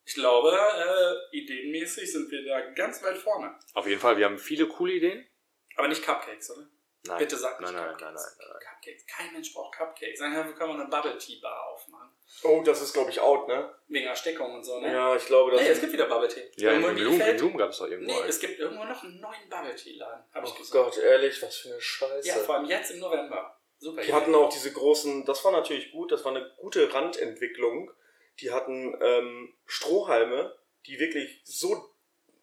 Ich glaube, äh, ideenmäßig sind wir da ganz weit vorne.
Auf jeden Fall, wir haben viele coole Ideen.
Aber nicht Cupcakes, oder?
Nein.
Bitte sag nicht
nein, nein, nein, nein,
Cupcakes.
nein, nein.
Cupcakes. Kein Mensch braucht Cupcakes. Dann können wir eine Bubble Tea Bar aufmachen.
Oh, das ist, glaube ich, out, ne?
Wegen Erstickung und so, ne?
Ja, ich glaube, das
Nee, es gibt wieder Bubble Tea.
Ja,
Irgendwo
in Blumen, in
Bielefeld-
Blumen gab es doch irgendwo
Nee,
einen.
es gibt irgendwo noch einen neuen Bubble Tea Laden. Hab ich
Oh
gesagt.
Gott, ehrlich, was für eine Scheiße.
Ja, vor allem jetzt im November. Super.
Die hatten auch diese großen, das war natürlich gut, das war eine gute Randentwicklung. Die hatten ähm, Strohhalme, die wirklich so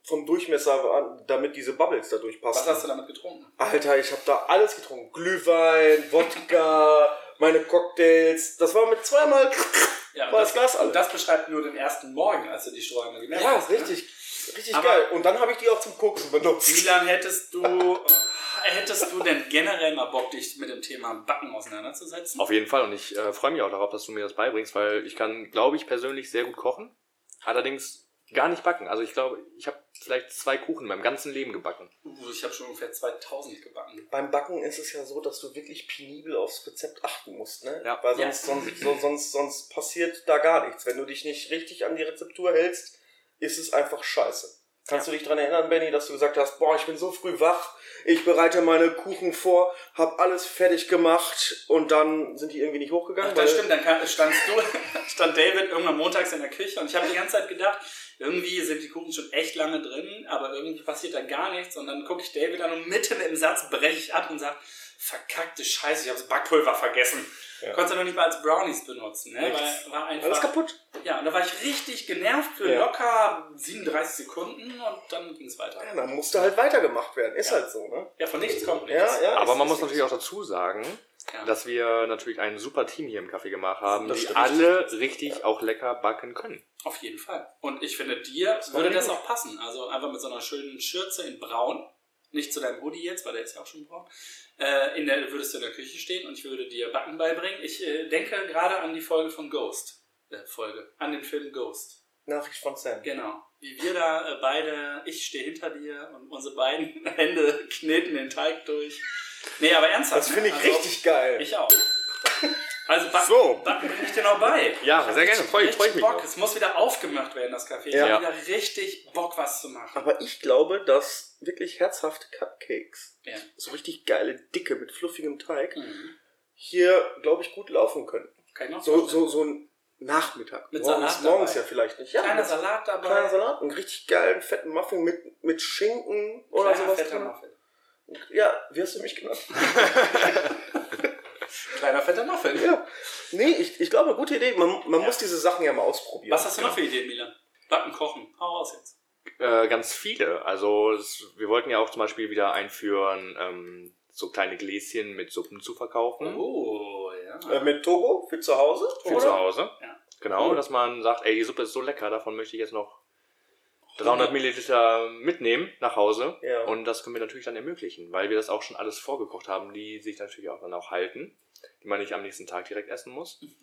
vom Durchmesser waren, damit diese Bubbles da durchpassen.
was hast du damit getrunken?
Alter, ich habe da alles getrunken. Glühwein, Wodka, meine Cocktails. Das war mit zweimal
Ja, und
war das Glas alle.
Und das beschreibt nur den ersten Morgen, als du die Sträume gemerkt
ja,
hast. ne?
richtig, richtig
Aber-
geil. Und dann habe ich die auch zum Koksen benutzt.
Milan, hättest du, äh, hättest du denn generell mal Bock, dich mit dem Thema Backen auseinanderzusetzen?
Auf jeden Fall. Und ich äh, freue mich auch darauf, dass du mir das beibringst, weil ich kann, glaube ich, persönlich sehr gut kochen. Allerdings gar nicht backen. Also ich glaube, ich habe vielleicht zwei Kuchen in meinem ganzen Leben gebacken.
Uh, ich habe schon ungefähr 2000 gebacken.
Beim Backen ist es ja so, dass du wirklich penibel aufs Rezept achten musst, ne?
Ja.
Weil
Ja.
sonst, sonst, so, sonst, sonst passiert da gar nichts. Wenn du dich nicht richtig an die Rezeptur hältst, ist es einfach scheiße. Kannst du dich dran erinnern, Benny, dass du gesagt hast, boah, ich bin so früh wach, ich bereite meine Kuchen vor, hab alles fertig gemacht und dann sind die irgendwie nicht hochgegangen?
Ach, das
weil-
stimmt, dann kam, standst du, stand David irgendwann montags in der Küche und ich habe die ganze Zeit gedacht, irgendwie sind die Kuchen schon echt lange drin, aber irgendwie passiert da gar nichts und dann gucke ich David an und mitten im Satz breche ich ab und sage, verkackte Scheiße, ich habe das Backpulver vergessen.
Ja.
Konntest du noch nicht mal als Brownies benutzen, ne?
Nichts.
Weil, war einfach,
Alles kaputt.
Ja, und da war ich richtig genervt für
Ja.
locker 37 Sekunden und dann ging es weiter.
Ja, dann musste halt weitergemacht werden. Ist
Ja.
halt so, ne?
Ja, von nichts kommt nichts.
Ja, ja.
Aber
ist-
man
ist-
muss natürlich auch dazu sagen,
Ja.
dass wir natürlich ein super Team hier im Kaffee gemacht haben,
Das
die
stimmt.
alle richtig auch lecker backen können.
Auf jeden Fall. Und ich finde, dir
war
würde
richtig
das auch passen. Also einfach mit so einer schönen Schürze in braun. Nicht zu deinem Hoodie jetzt, weil der ist ja auch schon braun. Äh, in der, würdest du in der Küche stehen und ich würde dir Backen beibringen. Ich äh, denke gerade an die Folge von Ghost. Äh, Folge. An den Film Ghost.
Nachricht von Sam.
Genau. Wie wir da äh, beide, ich stehe hinter dir und unsere beiden Hände kneten den Teig durch. Nee, aber ernsthaft.
Das
ne?
finde ich
Also,
richtig geil.
Ich auch. Also Backen,
So.
Backen bringe ich dir noch bei.
Ja, sehr gerne. Freu-
Richtig
freu ich mich
Bock.
drauf.
Es muss wieder aufgemacht werden, das Café. Ich
Ja.
habe wieder richtig Bock, was zu machen.
Aber ich glaube, dass wirklich herzhafte Cupcakes,
Ja.
so richtig geile, dicke mit fluffigem Teig,
Mhm.
hier, glaube ich, gut laufen können.
Kann ich noch
So,
vorstellen.
so, so ein Nachmittag.
Mit
morgens,
Salat
morgens
dabei.
ja vielleicht nicht. Ja,
Kleiner
mit-
Salat dabei.
Kleiner Salat, einen richtig geilen, fetten Muffin mit, mit Schinken oder
Kleiner
sowas.
fetter
drin.
Muffin.
Ja, wie hast du mich genannt?
Kleiner fetter Muffin.
ja. Nee, ich, ich glaube, gute Idee. Man, man muss diese Sachen ja mal ausprobieren.
Was hast du noch für Ideen, Milan? Backen, kochen. Hau raus jetzt.
Äh, ganz viele. Also es, wir wollten ja auch zum Beispiel wieder einführen, ähm, so kleine Gläschen mit Suppen zu verkaufen.
Oh, ja.
Hm? Äh, mit Togo für zu Hause?
Für
oder?
zu Hause.
Ja.
Genau,
Mhm.
dass man sagt, ey, die Suppe ist so lecker, davon möchte ich jetzt noch 300 Milliliter mitnehmen nach Hause.
Oh, Ja.
Und das können wir natürlich dann ermöglichen, weil wir das auch schon alles vorgekocht haben, die sich natürlich auch dann auch halten, die man nicht am nächsten Tag direkt essen muss.
Mhm.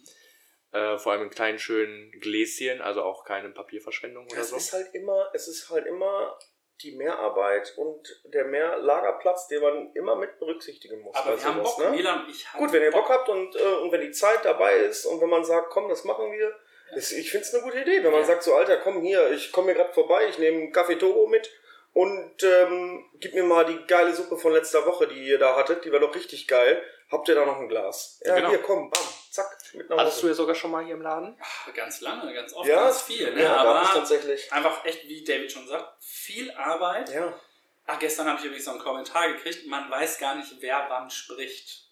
Äh, vor allem in kleinen, schönen Gläschen, also auch keine Papierverschwendung oder
Es
so.
ist halt immer, es ist halt immer die Mehrarbeit und der Mehrlagerplatz, den man immer mit berücksichtigen muss.
Aber
bei
wir haben
sowas,
Bock,
ne?
Milan und ich haben
Gut, wenn ihr Bock habt und, äh, und wenn die Zeit dabei ist und wenn man sagt, komm, das machen wir, ist, ich finde es eine gute Idee. Wenn man
Ja.
sagt, so Alter, komm hier, ich komme mir gerade vorbei, ich nehme einen Kaffee Togo mit und ähm, gib mir mal die geile Suppe von letzter Woche, die ihr da hattet, die war doch richtig geil. Habt ihr da noch ein Glas? Ja,
Genau.
hier, komm, bam, zack, mit nach
Hattest du
Hause.
ja sogar schon mal hier im Laden?
Ganz lange, ganz oft,
Ja,
ganz viel. Ne?
ja, da hab ich
Aber
tatsächlich.
einfach echt, wie David schon sagt, viel Arbeit.
Ja.
Ach, gestern habe ich übrigens so einen Kommentar gekriegt. Man weiß gar nicht, wer wann spricht.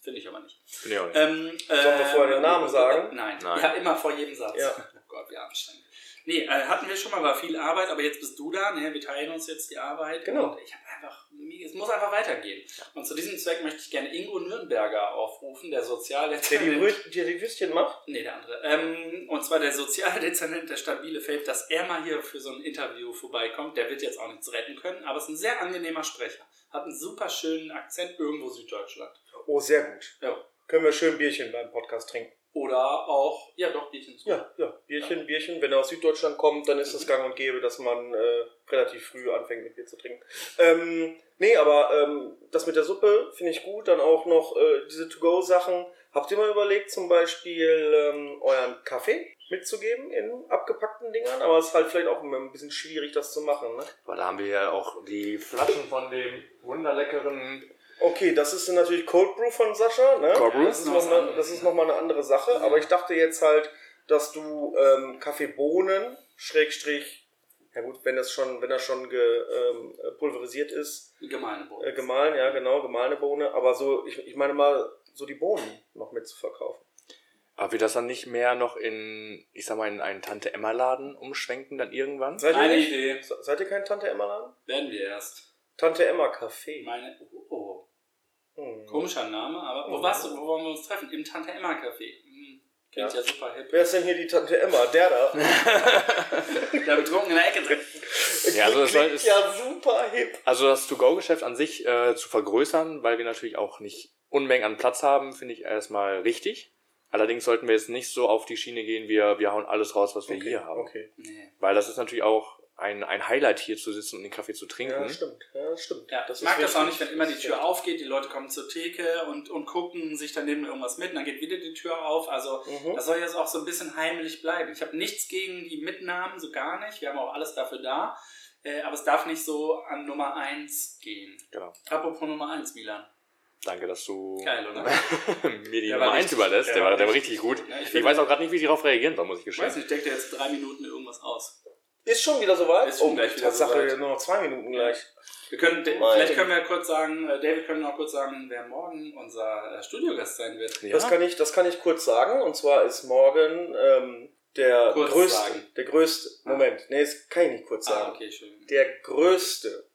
Finde ich aber nicht.
Bin
Äh,
ich auch nicht.
Ähm,
Sollen wir vorher den Namen sagen?
Nein.
Nein.
Ja, immer vor jedem Satz.
Ja.
Oh Gott, wie anstrengend. Nee, äh, hatten wir schon mal, war viel Arbeit, aber jetzt bist du da, ne? wir teilen uns jetzt die Arbeit.
Genau.
Und ich habe einfach, es muss einfach weitergehen. Und zu diesem Zweck möchte ich gerne Ingo Nürnberger aufrufen, der
Der die,
Sozialdezernent.
Würst, der die Würstchen macht?
Nee, der andere. Ähm, und zwar der Sozialdezernent der Stadt Bielefeld, dass er mal hier für so ein Interview vorbeikommt. Der wird jetzt auch nichts retten können, aber ist ein sehr angenehmer Sprecher. Hat einen super schönen Akzent irgendwo Süddeutschland.
Oh, sehr gut.
Ja.
Können wir schön Bierchen beim Podcast trinken.
Oder auch, ja doch, Bierchen zu.
Ja, ja. Bierchen, Bierchen. Wenn er aus Süddeutschland kommt, dann ist es gang und gäbe, dass man äh, relativ früh anfängt, mit Bier zu trinken. Ähm, nee, aber ähm, das mit der Suppe finde ich gut. Dann auch noch äh, diese To-Go-Sachen. Habt ihr mal überlegt, zum Beispiel ähm, euren Kaffee mitzugeben in abgepackten Dingern? Aber es ist halt vielleicht auch ein bisschen schwierig, das zu machen. Ne?
Aber da haben wir ja auch die Flaschen von dem wunderleckeren
Okay, das ist natürlich Cold Brew von Sascha. Ne?
Cold Brew?
Das ist nochmal eine, das ist noch mal eine andere Sache. Aber ich dachte jetzt halt, dass du ähm, Kaffeebohnen, Schrägstrich, ja gut, wenn das schon, wenn das schon ge, ähm, pulverisiert ist,
Gemeine Bohnen.
äh, gemahlen, ja genau, gemahlene Bohne, aber so, ich, ich meine mal, so die Bohnen noch mit zu verkaufen.
Ob wir das dann nicht mehr noch in, ich sag mal, in einen Tante-Emma-Laden umschwenken dann irgendwann?
Seid ihr,
Eine
nicht,
Idee.
se- seid ihr kein Tante Emma Laden?
Werden wir erst.
Tante Emma Café.
Meine, oh, oh.
Hm.
Komischer Name, aber wo
Mhm.
warst du, wo wollen wir uns treffen? Im Tante Emma Café. Hm, klingt ja.
Ja.
super hip.
Wer ist denn hier die Tante Emma? Der da.
Da betrunken in der Ecke drin.
Ja, also das, soll,
Klingt
ist,
ja super hip.
also das To-Go-Geschäft an sich äh, zu vergrößern, weil wir natürlich auch nicht Unmengen an Platz haben, finde ich erstmal richtig. Allerdings sollten wir jetzt nicht so auf die Schiene gehen, wir, wir hauen alles raus, was wir hier haben.
Okay.
Nee.
Weil das ist natürlich auch ein, ein Highlight hier zu sitzen und den Kaffee zu trinken.
Ja, stimmt. Ja, stimmt.
Ja,
Das
ich mag
ist
das auch nicht,
wichtig.
wenn immer die
Das
Tür
stimmt.
aufgeht, die Leute kommen zur Theke und, und gucken sich daneben irgendwas mit und dann geht wieder die Tür auf. Also
Mhm.
das soll jetzt auch so ein bisschen heimelig bleiben. Ich habe nichts gegen die Mitnahmen, so gar nicht. Wir haben auch alles dafür da. Äh, aber es darf nicht so an Nummer 1 gehen.
Genau.
Apropos Nummer 1, Milan.
Danke, dass du
Geil, oder?
mir die
Der war
Nummer eins
richtig-
überlässt. Der, war, der war richtig gut.
Ja, ich
ich
find-
weiß auch gerade nicht, wie ich darauf reagieren soll, muss ich
Ich weiß
gestehen.
nicht, ich denke jetzt drei Minuten irgendwas aus.
Ist schon wieder soweit? Oh,
Ist schon gleich wieder
Tatsache,
soweit.
nur noch zwei Minuten gleich.
Wir können,
Mein.
vielleicht können wir kurz sagen, äh, David können wir auch kurz sagen, wer morgen unser äh, Studiogast sein wird.
Ja.
Das, kann ich, das kann ich kurz sagen. Und zwar ist morgen ähm, der
Kurz
größte.
sagen.
Der größte.
Ah.
Moment, nee, das kann ich nicht kurz sagen.
Ah, okay, schön.
Der größte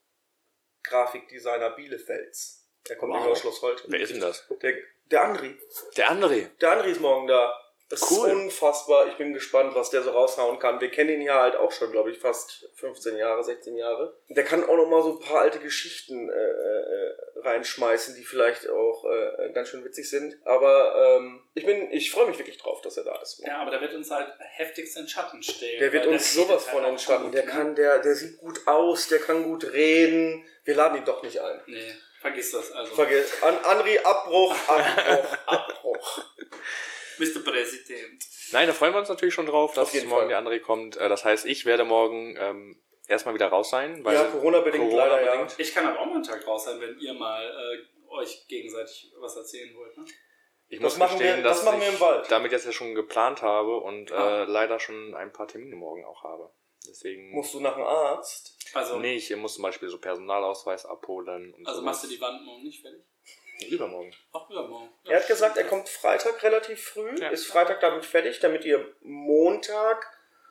Grafikdesigner Bielefelds. Der kommt
Wow.
wow. aus Schloss Holt.
Wer ist denn das?
Der, der Andri.
Der André.
Der Andri ist morgen da. Das
Cool.
ist unfassbar. Ich bin gespannt, was der so raushauen kann. Wir kennen ihn ja halt auch schon, glaube ich, fast 15 Jahre, 16 Jahre. Der kann auch noch mal so ein paar alte Geschichten äh, äh, reinschmeißen, die vielleicht auch äh, ganz schön witzig sind. Aber ähm, ich bin, ich freue mich wirklich drauf, dass er da ist.
Ja, aber der wird uns halt heftigst in Schatten stehen.
Der wird
weil
uns
redet
sowas von
auch
in den Schatten.
gut,
Der
ne?
kann, der, der sieht gut aus, der kann gut reden. Wir laden ihn doch nicht ein.
Nee, vergiss das. Also,
Vergiss. An Andri, Abbruch, Abbruch, Abbruch.
Mr. Präsident.
Nein, da freuen wir uns natürlich schon drauf, dass
Auf jeden
morgen
Fall.
der André kommt. Äh, Das heißt, ich werde morgen ähm, erstmal wieder raus sein, weil
Ja, Corona-bedingt leider, ja.
Corona-bedingt.
Ich kann aber auch mal einen Tag raus sein, wenn ihr mal äh, euch gegenseitig was erzählen wollt. Ne?
Ich
Das
muss
machen
gestehen,
wir- das
dass
machen wir
ich
im Wald.
damit jetzt ja schon geplant habe und
Ah.
äh, leider schon ein paar Termine morgen auch habe. Deswegen
Musst du nach dem Arzt?
Also,
nee, ich muss zum Beispiel so Personalausweis abholen. Und
also
sowas.
machst du die Wand morgen nicht fertig?
übermorgen.
Auch übermorgen.
Er hat gesagt, er kommt Freitag relativ früh,
Ja.
ist Freitag damit fertig, damit ihr Montag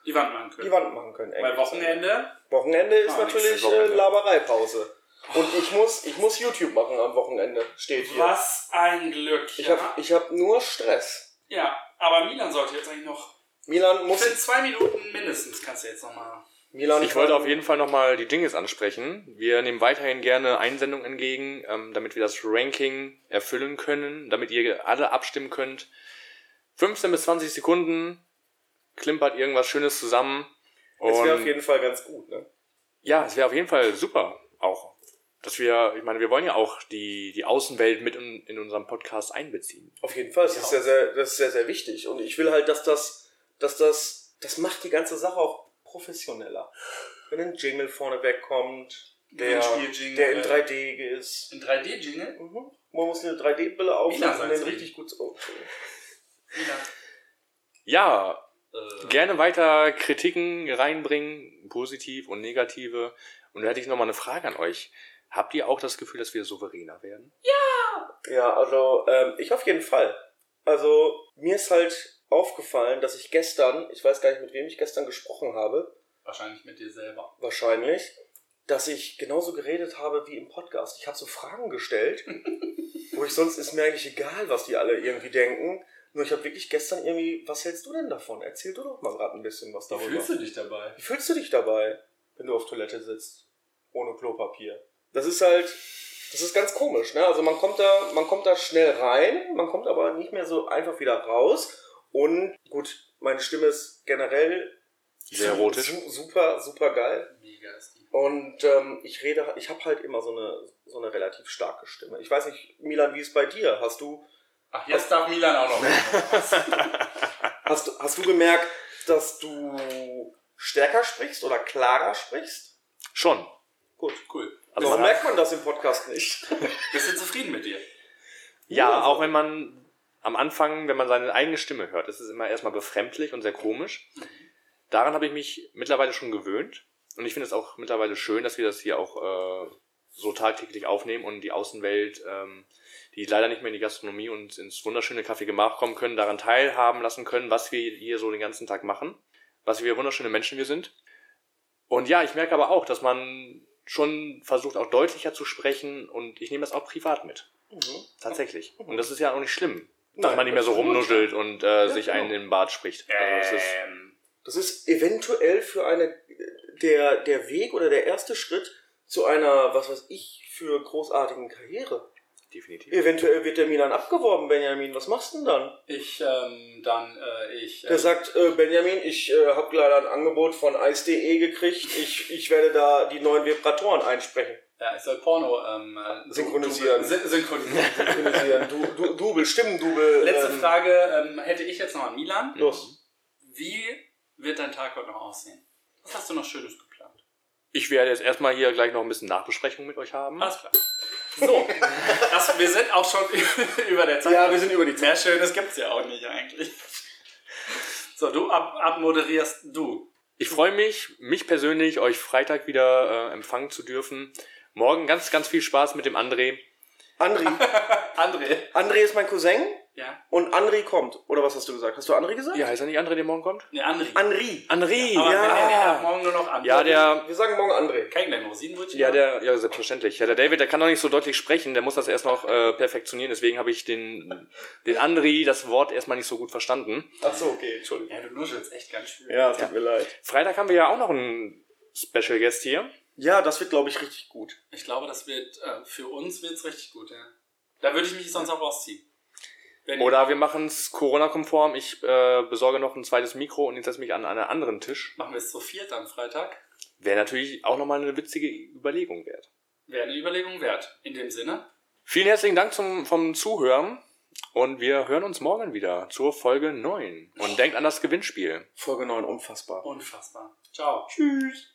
Die Wand machen können.
die Wand machen könnt.
Bei Wochenende,
Wochenende ist
Ah,
natürlich
nächstes Wochenende.
äh, Labereipause. Und ich muss, ich muss YouTube machen am Wochenende, steht hier.
was ein Glück.
Ich
ja.
habe ich hab nur Stress.
Ja, aber Milan sollte jetzt eigentlich noch.
Milan
Das sind
muss.
zwei Minuten mindestens, kannst du jetzt nochmal.
Milan
Ich wollte auf jeden Fall nochmal die Jingles ansprechen. Wir nehmen weiterhin gerne Einsendungen entgegen, ähm, damit wir das Ranking erfüllen können, damit ihr alle abstimmen könnt. 15 bis 20 Sekunden klimpert irgendwas Schönes zusammen.
Das
Und
wäre auf jeden Fall ganz gut, ne?
ja, es wäre auf jeden Fall super auch. Dass wir, ich meine, wir wollen ja auch die, die Außenwelt mit in, in unserem Podcast einbeziehen.
Auf jeden Fall, das ist sehr, sehr, das ist sehr, sehr wichtig. Und ich will halt, dass das, dass das, das macht die ganze Sache auch professioneller. Wenn ein Jingle vorne wegkommt, der,
Spiel-Jingle. äh,
der in 3D ist.
Ein 3D-Jingle?
Mhm. Man muss eine 3D-Brille
Milan
aufsetzen
soll
und den
reden.
richtig gut. Oh, Entschuldigung.
Ja,
Äh,
Gerne weiter Kritiken reinbringen, positiv und negative. Und da hätte ich nochmal eine Frage an euch. Habt ihr auch das Gefühl, dass wir souveräner werden?
ja, also ähm, ich auf jeden Fall. Also mir ist halt aufgefallen, dass ich gestern, ich weiß gar nicht, mit wem ich gestern gesprochen habe,
Wahrscheinlich mit dir selber.
wahrscheinlich, dass ich genauso geredet habe wie im Podcast. Ich habe so Fragen gestellt, wo ich sonst ist mir eigentlich egal, was die alle irgendwie denken. Nur ich habe wirklich gestern irgendwie, was hältst du denn davon? Erzähl du doch mal gerade ein bisschen was
Wie
darüber.
fühlst du dich dabei?
Wie fühlst du dich dabei, wenn du auf Toilette sitzt, ohne Klopapier? Das ist halt, das ist ganz komisch, ne? Also man kommt da, man kommt da schnell rein, man kommt aber nicht mehr so einfach wieder raus. Und gut, meine Stimme ist generell
Sehr
su-
erotisch.
su- super, super geil.
Mega ist die.
Und ähm, ich rede, ich habe halt immer so eine, so eine relativ starke Stimme. Ich weiß nicht, Milan, wie ist bei dir? Hast du,
Ach, jetzt darf Milan auch noch. reden.
hast, du- hast du gemerkt, dass du stärker sprichst oder klarer sprichst?
Schon.
Gut.
cool.
Also
Warum
man hat-
merkt man das im Podcast nicht?
Bist du zufrieden mit dir?
Ja, auch wenn man am Anfang, wenn man seine eigene Stimme hört, ist es immer erstmal befremdlich und sehr komisch. Daran habe ich mich mittlerweile schon gewöhnt. Und ich finde es auch mittlerweile schön, dass wir das hier auch äh, so tagtäglich aufnehmen und die Außenwelt, ähm, die leider nicht mehr in die Gastronomie und ins wunderschöne Café Gemach kommen können, daran teilhaben lassen können, was wir hier so den ganzen Tag machen, was wir wunderschöne Menschen wir sind. Und ja, ich merke aber auch, dass man schon versucht, auch deutlicher zu sprechen und ich nehme das auch privat mit. Tatsächlich. Und das ist ja auch nicht schlimm, dass
Nein,
man nicht mehr so
absolut. genau. Äh.
rumnuschelt und äh, sich einen in den Bart spricht. Also das ist,
Ähm,
Das ist eventuell für eine der, der Weg oder der erste Schritt zu einer, was weiß ich, für großartigen Karriere.
definitiv.
Eventuell wird der Milan abgeworben, Benjamin. Was machst du denn dann?
ich, ähm, dann, äh, ich.
Der sagt, äh, Benjamin, ich äh, habe leider ein Angebot von ice.de gekriegt. Ich, ich werde da die neuen Vibratoren einsprechen.
Ja, ich soll Porno ähm, äh,
Synchronisieren.
dub- syn- synchronisieren.
Synchronisieren. Du, du, Double, Stimmendouble.
Letzte
ähm,
Frage ähm, hätte ich jetzt noch an Milan.
Los.
Wie wird dein Tag heute noch aussehen? Was hast du noch Schönes geplant?
Ich werde jetzt erstmal hier gleich noch ein bisschen Nachbesprechung mit euch haben.
Alles klar. So, das, wir sind auch schon über der Zeit.
Ja, wir sind über die Zeit.
Mehr Schönes gibt's ja auch nicht eigentlich. So, du ab, abmoderierst du.
Ich freue mich, mich persönlich, euch Freitag wieder äh, empfangen zu dürfen. Morgen ganz, ganz viel Spaß mit dem André.
André.
André.
André ist mein Cousin
Ja.
und André kommt. Oder was hast du gesagt? Hast du André gesagt?
Ja, heißt er nicht André, der morgen kommt?
Nee, André.
André.
André!
Aber
Ja. Ah,
wir nennen ihn ab morgen nur noch André.
ja, der,
Ähm, Wir sagen morgen André.
Kein kleinen Rosinenbrötchen.
ja, der, ja, selbstverständlich. Ja, der David, der kann noch nicht so deutlich sprechen, der muss das erst noch äh, perfektionieren. Deswegen habe ich den, den André das Wort erstmal nicht so gut verstanden.
Ach so, okay, Entschuldigung.
Ja, du nuschelst echt ganz schön.
Ja, es tut mir leid.
Freitag haben wir ja auch noch einen Special Guest hier.
Ja, das wird, glaube ich, richtig gut.
Ich glaube, das wird äh, für uns wird's richtig gut, ja. Da würde ich mich sonst auch rausziehen. Wenn
Oder wir machen es Corona-konform. Ich äh, besorge noch ein zweites Mikro und ich setze mich an einen anderen Tisch.
machen wir es zu viert am Freitag.
Wäre natürlich auch nochmal eine witzige Überlegung wert.
Wäre eine Überlegung wert. In dem Sinne,
Vielen herzlichen Dank zum, vom Zuhören und wir hören uns morgen wieder zur Folge 9. Und denkt an das Gewinnspiel.
Folge 9, unfassbar.
unfassbar. Ciao.
Tschüss.